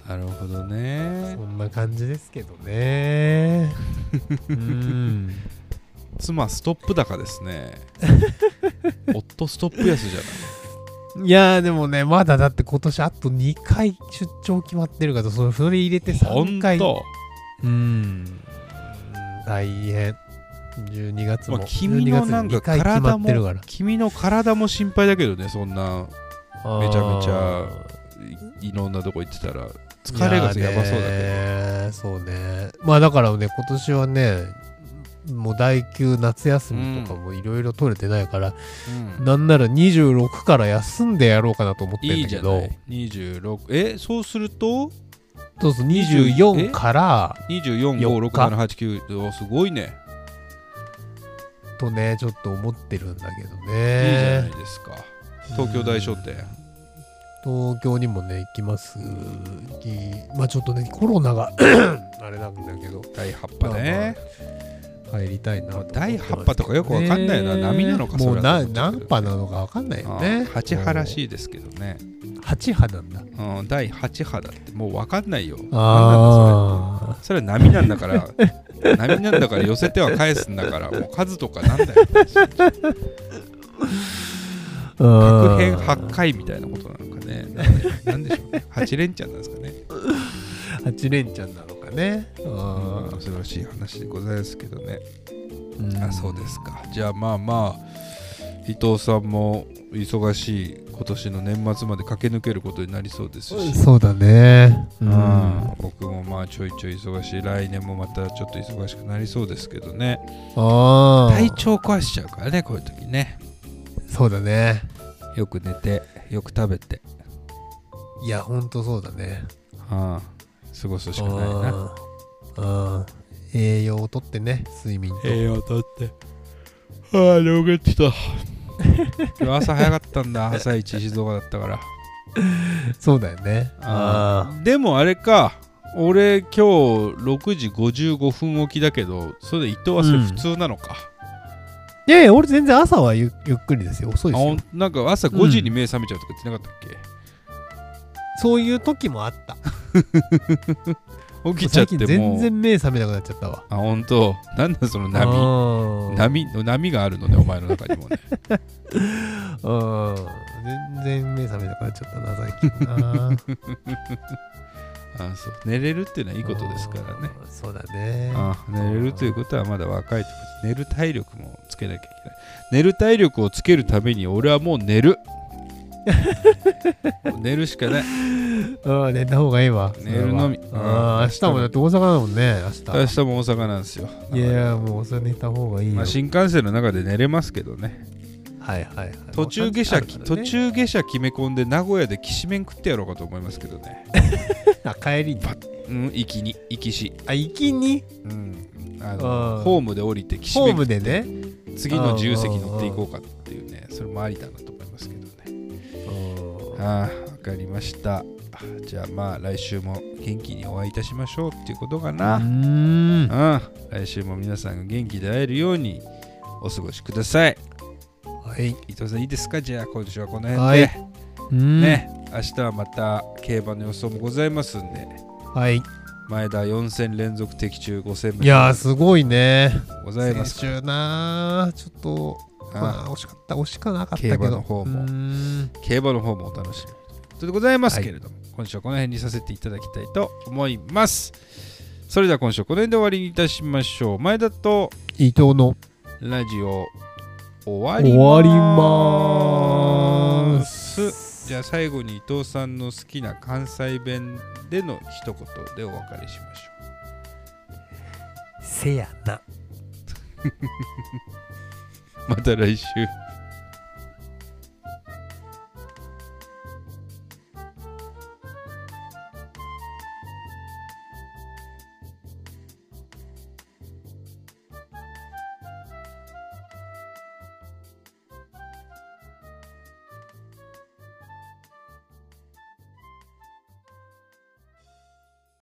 Speaker 1: なるほどね
Speaker 2: そんな感じですけど
Speaker 1: (laughs)
Speaker 2: ねうん
Speaker 1: 妻ストップ高です
Speaker 2: (laughs)
Speaker 1: ね夫ストップ安じゃない
Speaker 2: いやーでもねまだだって今年あと2回出張決まってるからそれそれ入れて3
Speaker 1: 本
Speaker 2: 回
Speaker 1: 当
Speaker 2: うん大変12月も
Speaker 1: まあ君のなんか
Speaker 2: 12月に2回決ま
Speaker 1: 体
Speaker 2: ってるか
Speaker 1: も
Speaker 2: ら
Speaker 1: 君の体も心配だけどねそんな
Speaker 2: あー
Speaker 1: めちゃめちゃいいろんなとこ行ってたら疲れがやばそうだけ
Speaker 2: けどそうねまあだからね今年はねもう第9夏休みとかもいろいろ取れてないから、
Speaker 1: ど、うん
Speaker 2: なんなら26から休んでやろうかなと思って
Speaker 1: い
Speaker 2: ん
Speaker 1: い
Speaker 2: だ
Speaker 1: じ
Speaker 2: け
Speaker 1: ゃな
Speaker 2: ど
Speaker 1: い26えそうすると
Speaker 2: そうそう24から
Speaker 1: 2456789おすごいね
Speaker 2: とねちょっと思ってるんだけ
Speaker 1: いい
Speaker 2: ど
Speaker 1: じゃな
Speaker 2: ね
Speaker 1: いですか東京大商店
Speaker 2: 東京にもね行きます行きまあちょっとねコロナが (clears throat) あれなんだけど
Speaker 1: 第8波ね
Speaker 2: 帰りたいなと思ってます
Speaker 1: 第8波とかよくわかんないな
Speaker 2: ね
Speaker 1: 波なのかそ
Speaker 2: も
Speaker 1: れ
Speaker 2: う
Speaker 1: は
Speaker 2: な
Speaker 1: と思っちゃう
Speaker 2: 何
Speaker 1: けど
Speaker 2: 波なのかわかんないよね
Speaker 1: うん八波ら
Speaker 2: い
Speaker 1: しいですけどね
Speaker 2: 8波なんだ
Speaker 1: うん第8波だってもうわかんないよなんだ
Speaker 2: ああ
Speaker 1: それそれは波なんだから波なんだから (laughs) 寄せては返すんだからもう数とかなんだよ
Speaker 2: 確
Speaker 1: 確変8回みたいなことなのかねなんでしょうね8連チャンなんですかね
Speaker 2: 8連チャンなのかねあ
Speaker 1: うん素晴らしい話でございますけどね
Speaker 2: ー
Speaker 1: あそうですかじゃあまあまあ伊藤さんも忙しい今年の年末まで駆け抜けることになりそうですし、
Speaker 2: そうだねう
Speaker 1: うんん、僕もまあちょいちょい忙しい来年もまたちょっと忙しくなりそうですけどね
Speaker 2: あ
Speaker 1: 体
Speaker 2: あ
Speaker 1: 調壊しちゃうからねこういう時ね
Speaker 2: そうだね
Speaker 1: よく寝てよく食べて、
Speaker 2: いやほんとそうだね
Speaker 1: うん、過ごすしかないな
Speaker 2: あーあー栄養をとってね睡眠と
Speaker 1: 養とってああ両げてた今日朝早かったんだ朝一静岡だったから
Speaker 2: そうだよねあ
Speaker 1: でもあれか俺今日6時55分起きだけどそれで伊藤はそれ普通なのか、
Speaker 2: あいやいや俺全然朝はゆゆっくりですよ遅いで
Speaker 1: あ
Speaker 2: す
Speaker 1: ほ
Speaker 2: よ
Speaker 1: んなんか朝5時に目覚めちゃうとか言ってなかったっ
Speaker 2: そういう時もあった
Speaker 1: け、起きちゃっ
Speaker 2: 最近
Speaker 1: ても
Speaker 2: 全
Speaker 1: う
Speaker 2: 然目覚めなくなっちゃったわ
Speaker 1: あ本当なんだその波
Speaker 2: 波
Speaker 1: 波の波があるのねお前の中にもね (laughs)
Speaker 2: うん全然目覚めなくなっちゃったな最近な
Speaker 1: あそう寝れるって (laughs) いうのはいいことですからね
Speaker 2: うんそうだね
Speaker 1: あ寝れるということはまだ若いってこと寝る体力もつけなきゃいけない寝る体力をつけるために俺はもう寝
Speaker 2: (laughs)
Speaker 1: るもう寝るしかない
Speaker 2: うん寝た方がいいわ
Speaker 1: 寝るのみ
Speaker 2: それ
Speaker 1: うん
Speaker 2: はうん明日もだって大阪だもんね
Speaker 1: 明
Speaker 2: 明
Speaker 1: 日も大阪なんですよ
Speaker 2: 日いやもうそれ寝た方がいいよ
Speaker 1: まあ、新幹線の中で寝れますけどね
Speaker 2: はいはいはい
Speaker 1: 途中下車、
Speaker 2: あるからね
Speaker 1: 途中下車決め込んで名古屋できしめん食ってやろうかと思いますけどね
Speaker 2: あ帰りに
Speaker 1: うん行きに行きし、
Speaker 2: あ行きに
Speaker 1: うん、あの
Speaker 2: うん
Speaker 1: ホームで降りてきし
Speaker 2: ホ
Speaker 1: め
Speaker 2: ー
Speaker 1: ん食
Speaker 2: ム
Speaker 1: って
Speaker 2: でね
Speaker 1: 次の自由席乗っていこうかっていうねそれもありだなと思いますけどね
Speaker 2: うん
Speaker 1: ああわかりましたじゃあまあ来週も元気にお会いいたしましょうっていうことか
Speaker 2: う
Speaker 1: な、
Speaker 2: ん
Speaker 1: うん、来週も皆さんが元気で会えるようにお過ごしください
Speaker 2: はい
Speaker 1: 伊藤さんいいですかじゃあ今年はこの辺で、
Speaker 2: はいうん
Speaker 1: ね、明日はまた競馬の予想もございますんで、
Speaker 2: はい
Speaker 1: 前田4戦連続的中5戦目
Speaker 2: いやーすごいね
Speaker 1: ございます
Speaker 2: 先週なーちょっとまあ
Speaker 1: あ
Speaker 2: 惜しかった惜しくなかったけど
Speaker 1: 競馬の方も
Speaker 2: うーん
Speaker 1: あ競馬の方もお楽しみということでございますけれども、今週はこの辺にさせていただきたいと思います。それでは今週はこの辺で終わりにいたしましょう。前田と
Speaker 2: 伊藤の
Speaker 1: ラジオ終わり
Speaker 2: 終
Speaker 1: ま
Speaker 2: わり
Speaker 1: ー。
Speaker 2: ます
Speaker 1: じゃあ最後に伊藤さんの好きな関西弁での一言でお別れしましょう。
Speaker 2: せやな
Speaker 1: また来週